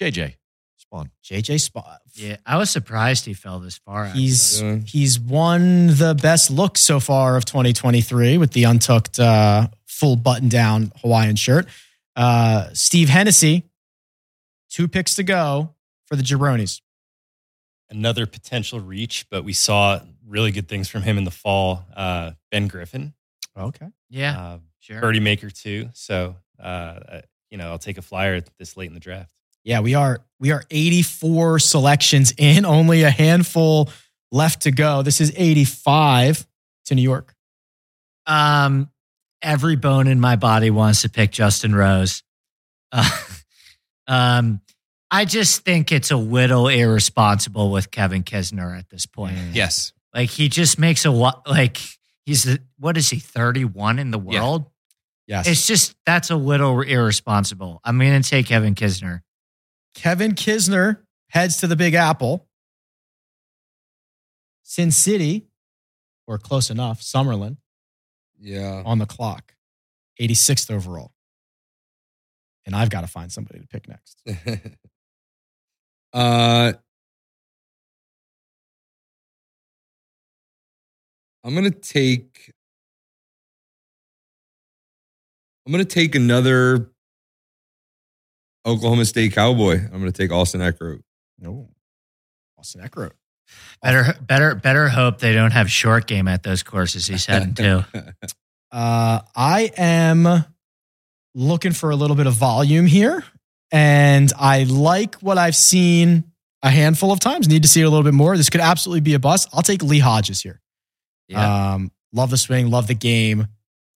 JJ, spawn. JJ Spot. Yeah. I was surprised he fell this far. out. He's Yeah. he's won the best look so far of 2023 with the untucked uh, full button down Hawaiian shirt. Uh, Steve Hennessy, two picks to go for the Jabronis. another potential reach, but we saw really good things from him in the fall. Uh, ben Griffin, Okay. yeah. uh, Sure. birdie maker too. So uh, uh, you know, I'll take a flyer this late in the draft. Yeah, we are we are 84 selections in, only a handful left to go. This is 85 to New York. Um, every bone in my body wants to pick Justin Rose. Uh, um, I just think it's a little irresponsible with Kevin Kisner at this point. Yes. Like he just makes a lot. Like he's the, what is he thirty one in the Yeah. world? Yes. It's just that's a little irresponsible. I'm gonna take Kevin Kisner. Kevin Kisner heads to the Big Apple. Sin City, or close enough, Summerlin Yeah. on the clock, 86th overall. And I've got to find somebody to pick next. uh, I'm gonna take. I'm gonna take another Oklahoma State Cowboy. I'm gonna take Austin Eckroat. No. Austin Eckroat. Better, better, better hope they don't have short game at those courses he's heading to. Uh, I am looking for a little bit of volume here, and I like what I've seen a handful of times. Need to see it a little bit more. This could absolutely be a bust. I'll take Lee Hodges here. Um, love the swing, love the game.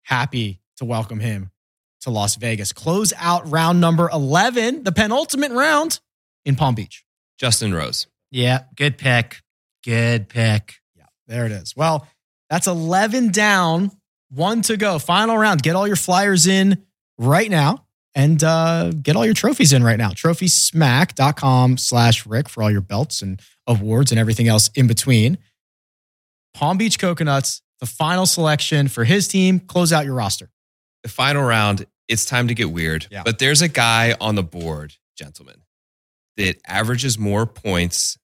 Happy to welcome him to Las Vegas. Close out round number 11, the penultimate round in Palm Beach. Justin Rose. Yeah, good pick. Good pick. There it is. Well, that's 11 down, one to go. Final round. Get all your flyers in right now and uh, get all your trophies in right now. Trophysmack.com slash Rick for all your belts and awards and everything else in between. Palm Beach Coconuts, the final selection for his team. Close out your roster. The final round, it's time to get weird. Yeah. But there's a guy on the board, gentlemen, that averages more points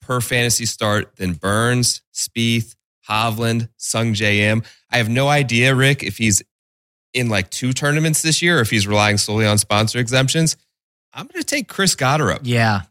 per fantasy start than Burns, Spieth, Hovland, Sung JM. I have no idea, Rick, if he's in like two tournaments this year or if he's relying solely on sponsor exemptions. I'm going to take Chris Goddard. Yeah.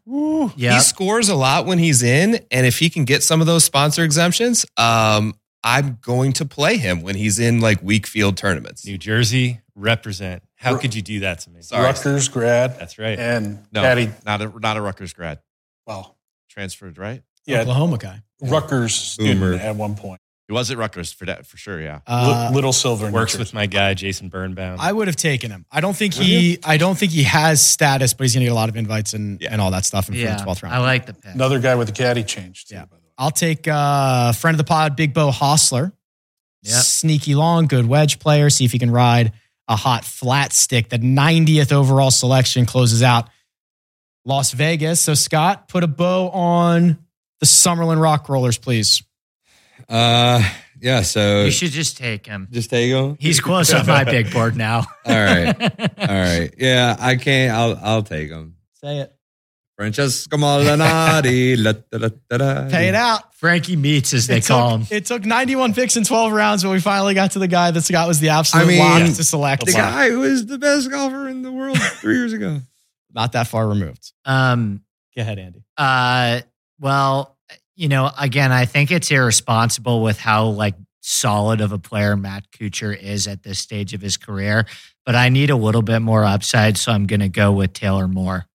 Yeah. He scores a lot when he's in, and if he can get some of those sponsor exemptions, um, I'm going to play him when he's in like weak field tournaments. New Jersey, represent. How could you do that to me? Sorry. Rutgers grad That's right. and No, Patty. not a not a Rutgers grad. Well, Transferred, right? yeah, Oklahoma guy. Rutgers student Boomer. at one point. He was at Rutgers for that for sure. Yeah. Uh, Li- Little Silver in New Works Jersey. with my guy, Jason Birnbaum. I would have taken him. I don't think he. I don't think he has status, but he's going to get a lot of invites and, and all that stuff in for the Yeah. 12th round. I like the pick. another guy with a caddy change. Too, Yeah. by the way. I'll take uh, friend of the pod, Big Bo Hostler. Yep. Sneaky long, good wedge player. See if he can ride a hot flat stick. The 90th overall selection closes out Las Vegas. So, Scott, put a bow on the Summerlin Rock Rollers, please. Uh, yeah. So You should just take him. just take him. He's close on my big board now. All right. All right. Yeah, I can't. I'll I'll take him. Say it. Francesco Molinari. la, da, da, da, da. Pay it out. Frankie Meats, as they it, call him. took, it took 91 picks in 12 rounds, but we finally got to the guy that Scott was the absolute I mean, lock to select. The guy who is the best golfer in the world three years ago. Not that far removed. Um, Go ahead, Andy. Uh, well, you know, again, I think it's irresponsible with how like solid of a player Matt Kuchar is at this stage of his career. But I need a little bit more upside, so I'm going to go with Taylor Moore.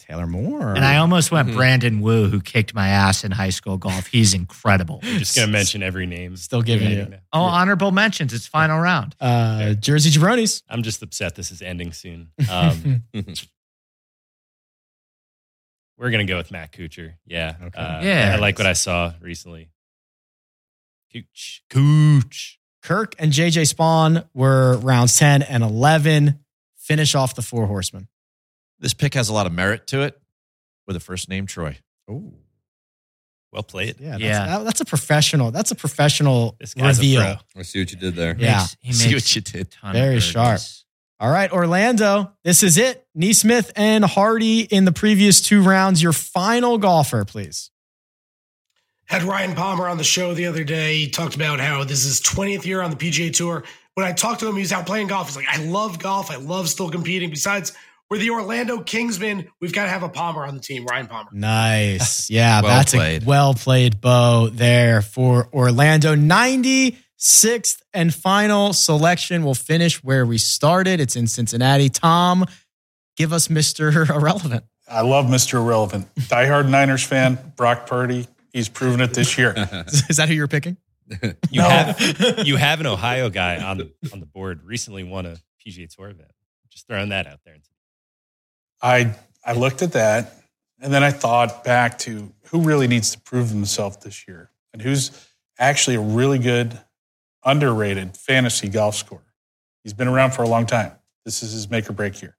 Taylor Moore. And I almost went Mm-hmm. Mhm. Brandon Wu, who kicked my ass in high school golf. He's incredible. I'm just going to mention every name. still giving Yeah, you. yeah. Oh, honorable mentions. It's final round. Uh, Jersey Jabronis. I'm just upset this is ending soon. Um, we're going to go with Matt Kuchar. Yeah. Okay. Uh, Yeah. I like what I saw recently. Cooch. Cooch. Kirk and JJ Spawn were rounds 10 and 11. Finish off the four horsemen. This pick has a lot of merit to it with a first name Troy. Oh, Well played. yeah. That's, Yeah. that- that's a professional. That's a professional This guy's reveal. a pro. I see what you did there. Yeah. Makes- he See makes what you did. a ton of Very sharp. birdies. All right, Orlando. This is it. Neesmith and Hardy in the previous two rounds. Your final golfer, please. Had Ryan Palmer on the show the other day. He talked about how this is his 20th year on the PGA Tour. When I talked to him, he was out playing golf. He's like, I love golf. I love still competing. Besides, we're the Orlando Kingsmen. We've got to have a Palmer on the team, Ryan Palmer. Nice. Yeah, Well that's played. a well played bow there for Orlando. 96th and final selection. We'll finish where we started. It's in Cincinnati. Tom, give us Mr. Irrelevant. I love Mr. Irrelevant. Diehard Niners fan, Brock Purdy. He's proven it this year. Is that who you're picking? You, No. have, you have an Ohio guy on the, on the board, recently won a PGA Tour event. Just throwing that out there. I I looked at that and then I thought back to who really needs to prove themselves this year and who's actually a really good underrated fantasy golf scorer. He's been around for a long time. This is his make or break year.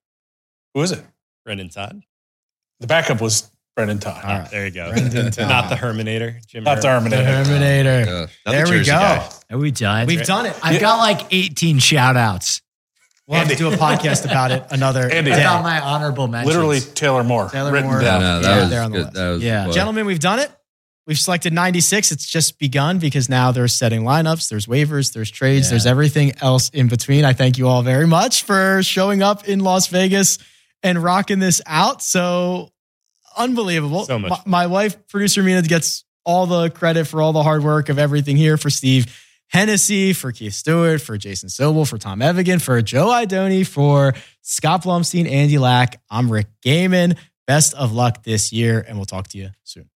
Who is it? Brendan Todd. Ah, The backup was Brendan Todd, All right. There you go. Brendan Not Todd. the Herminator. Jim not the Herm. Armada. Terminator. Gosh. Oh, Another There we Jersey go. guy. Are we done? We've done it. I've got like 18 shout outs We'll have to do a podcast about it another Andy. day. about my honorable mentions. Literally Taylor Moore. Taylor written Moore. down. Yeah, no, Yeah, that they're on was the good. list. That was Yeah. well- Gentlemen, we've done it. We've selected 96. It's just begun because now there's setting lineups, there's waivers, there's trades, Yeah. there's everything else in between. I thank you all very much for showing up in Las Vegas and rocking this out. So unbelievable. So much My, fun. my wife, producer Mina, gets all the credit for all the hard work of everything here for Steve Hennessy, for Keith Stewart, for Jason Sobel, for Tom Evigan, for Joe Idoni, for Scott Blumstein, Andy Lack. I'm Rick Gaiman. Best of luck this year, and we'll talk to you soon.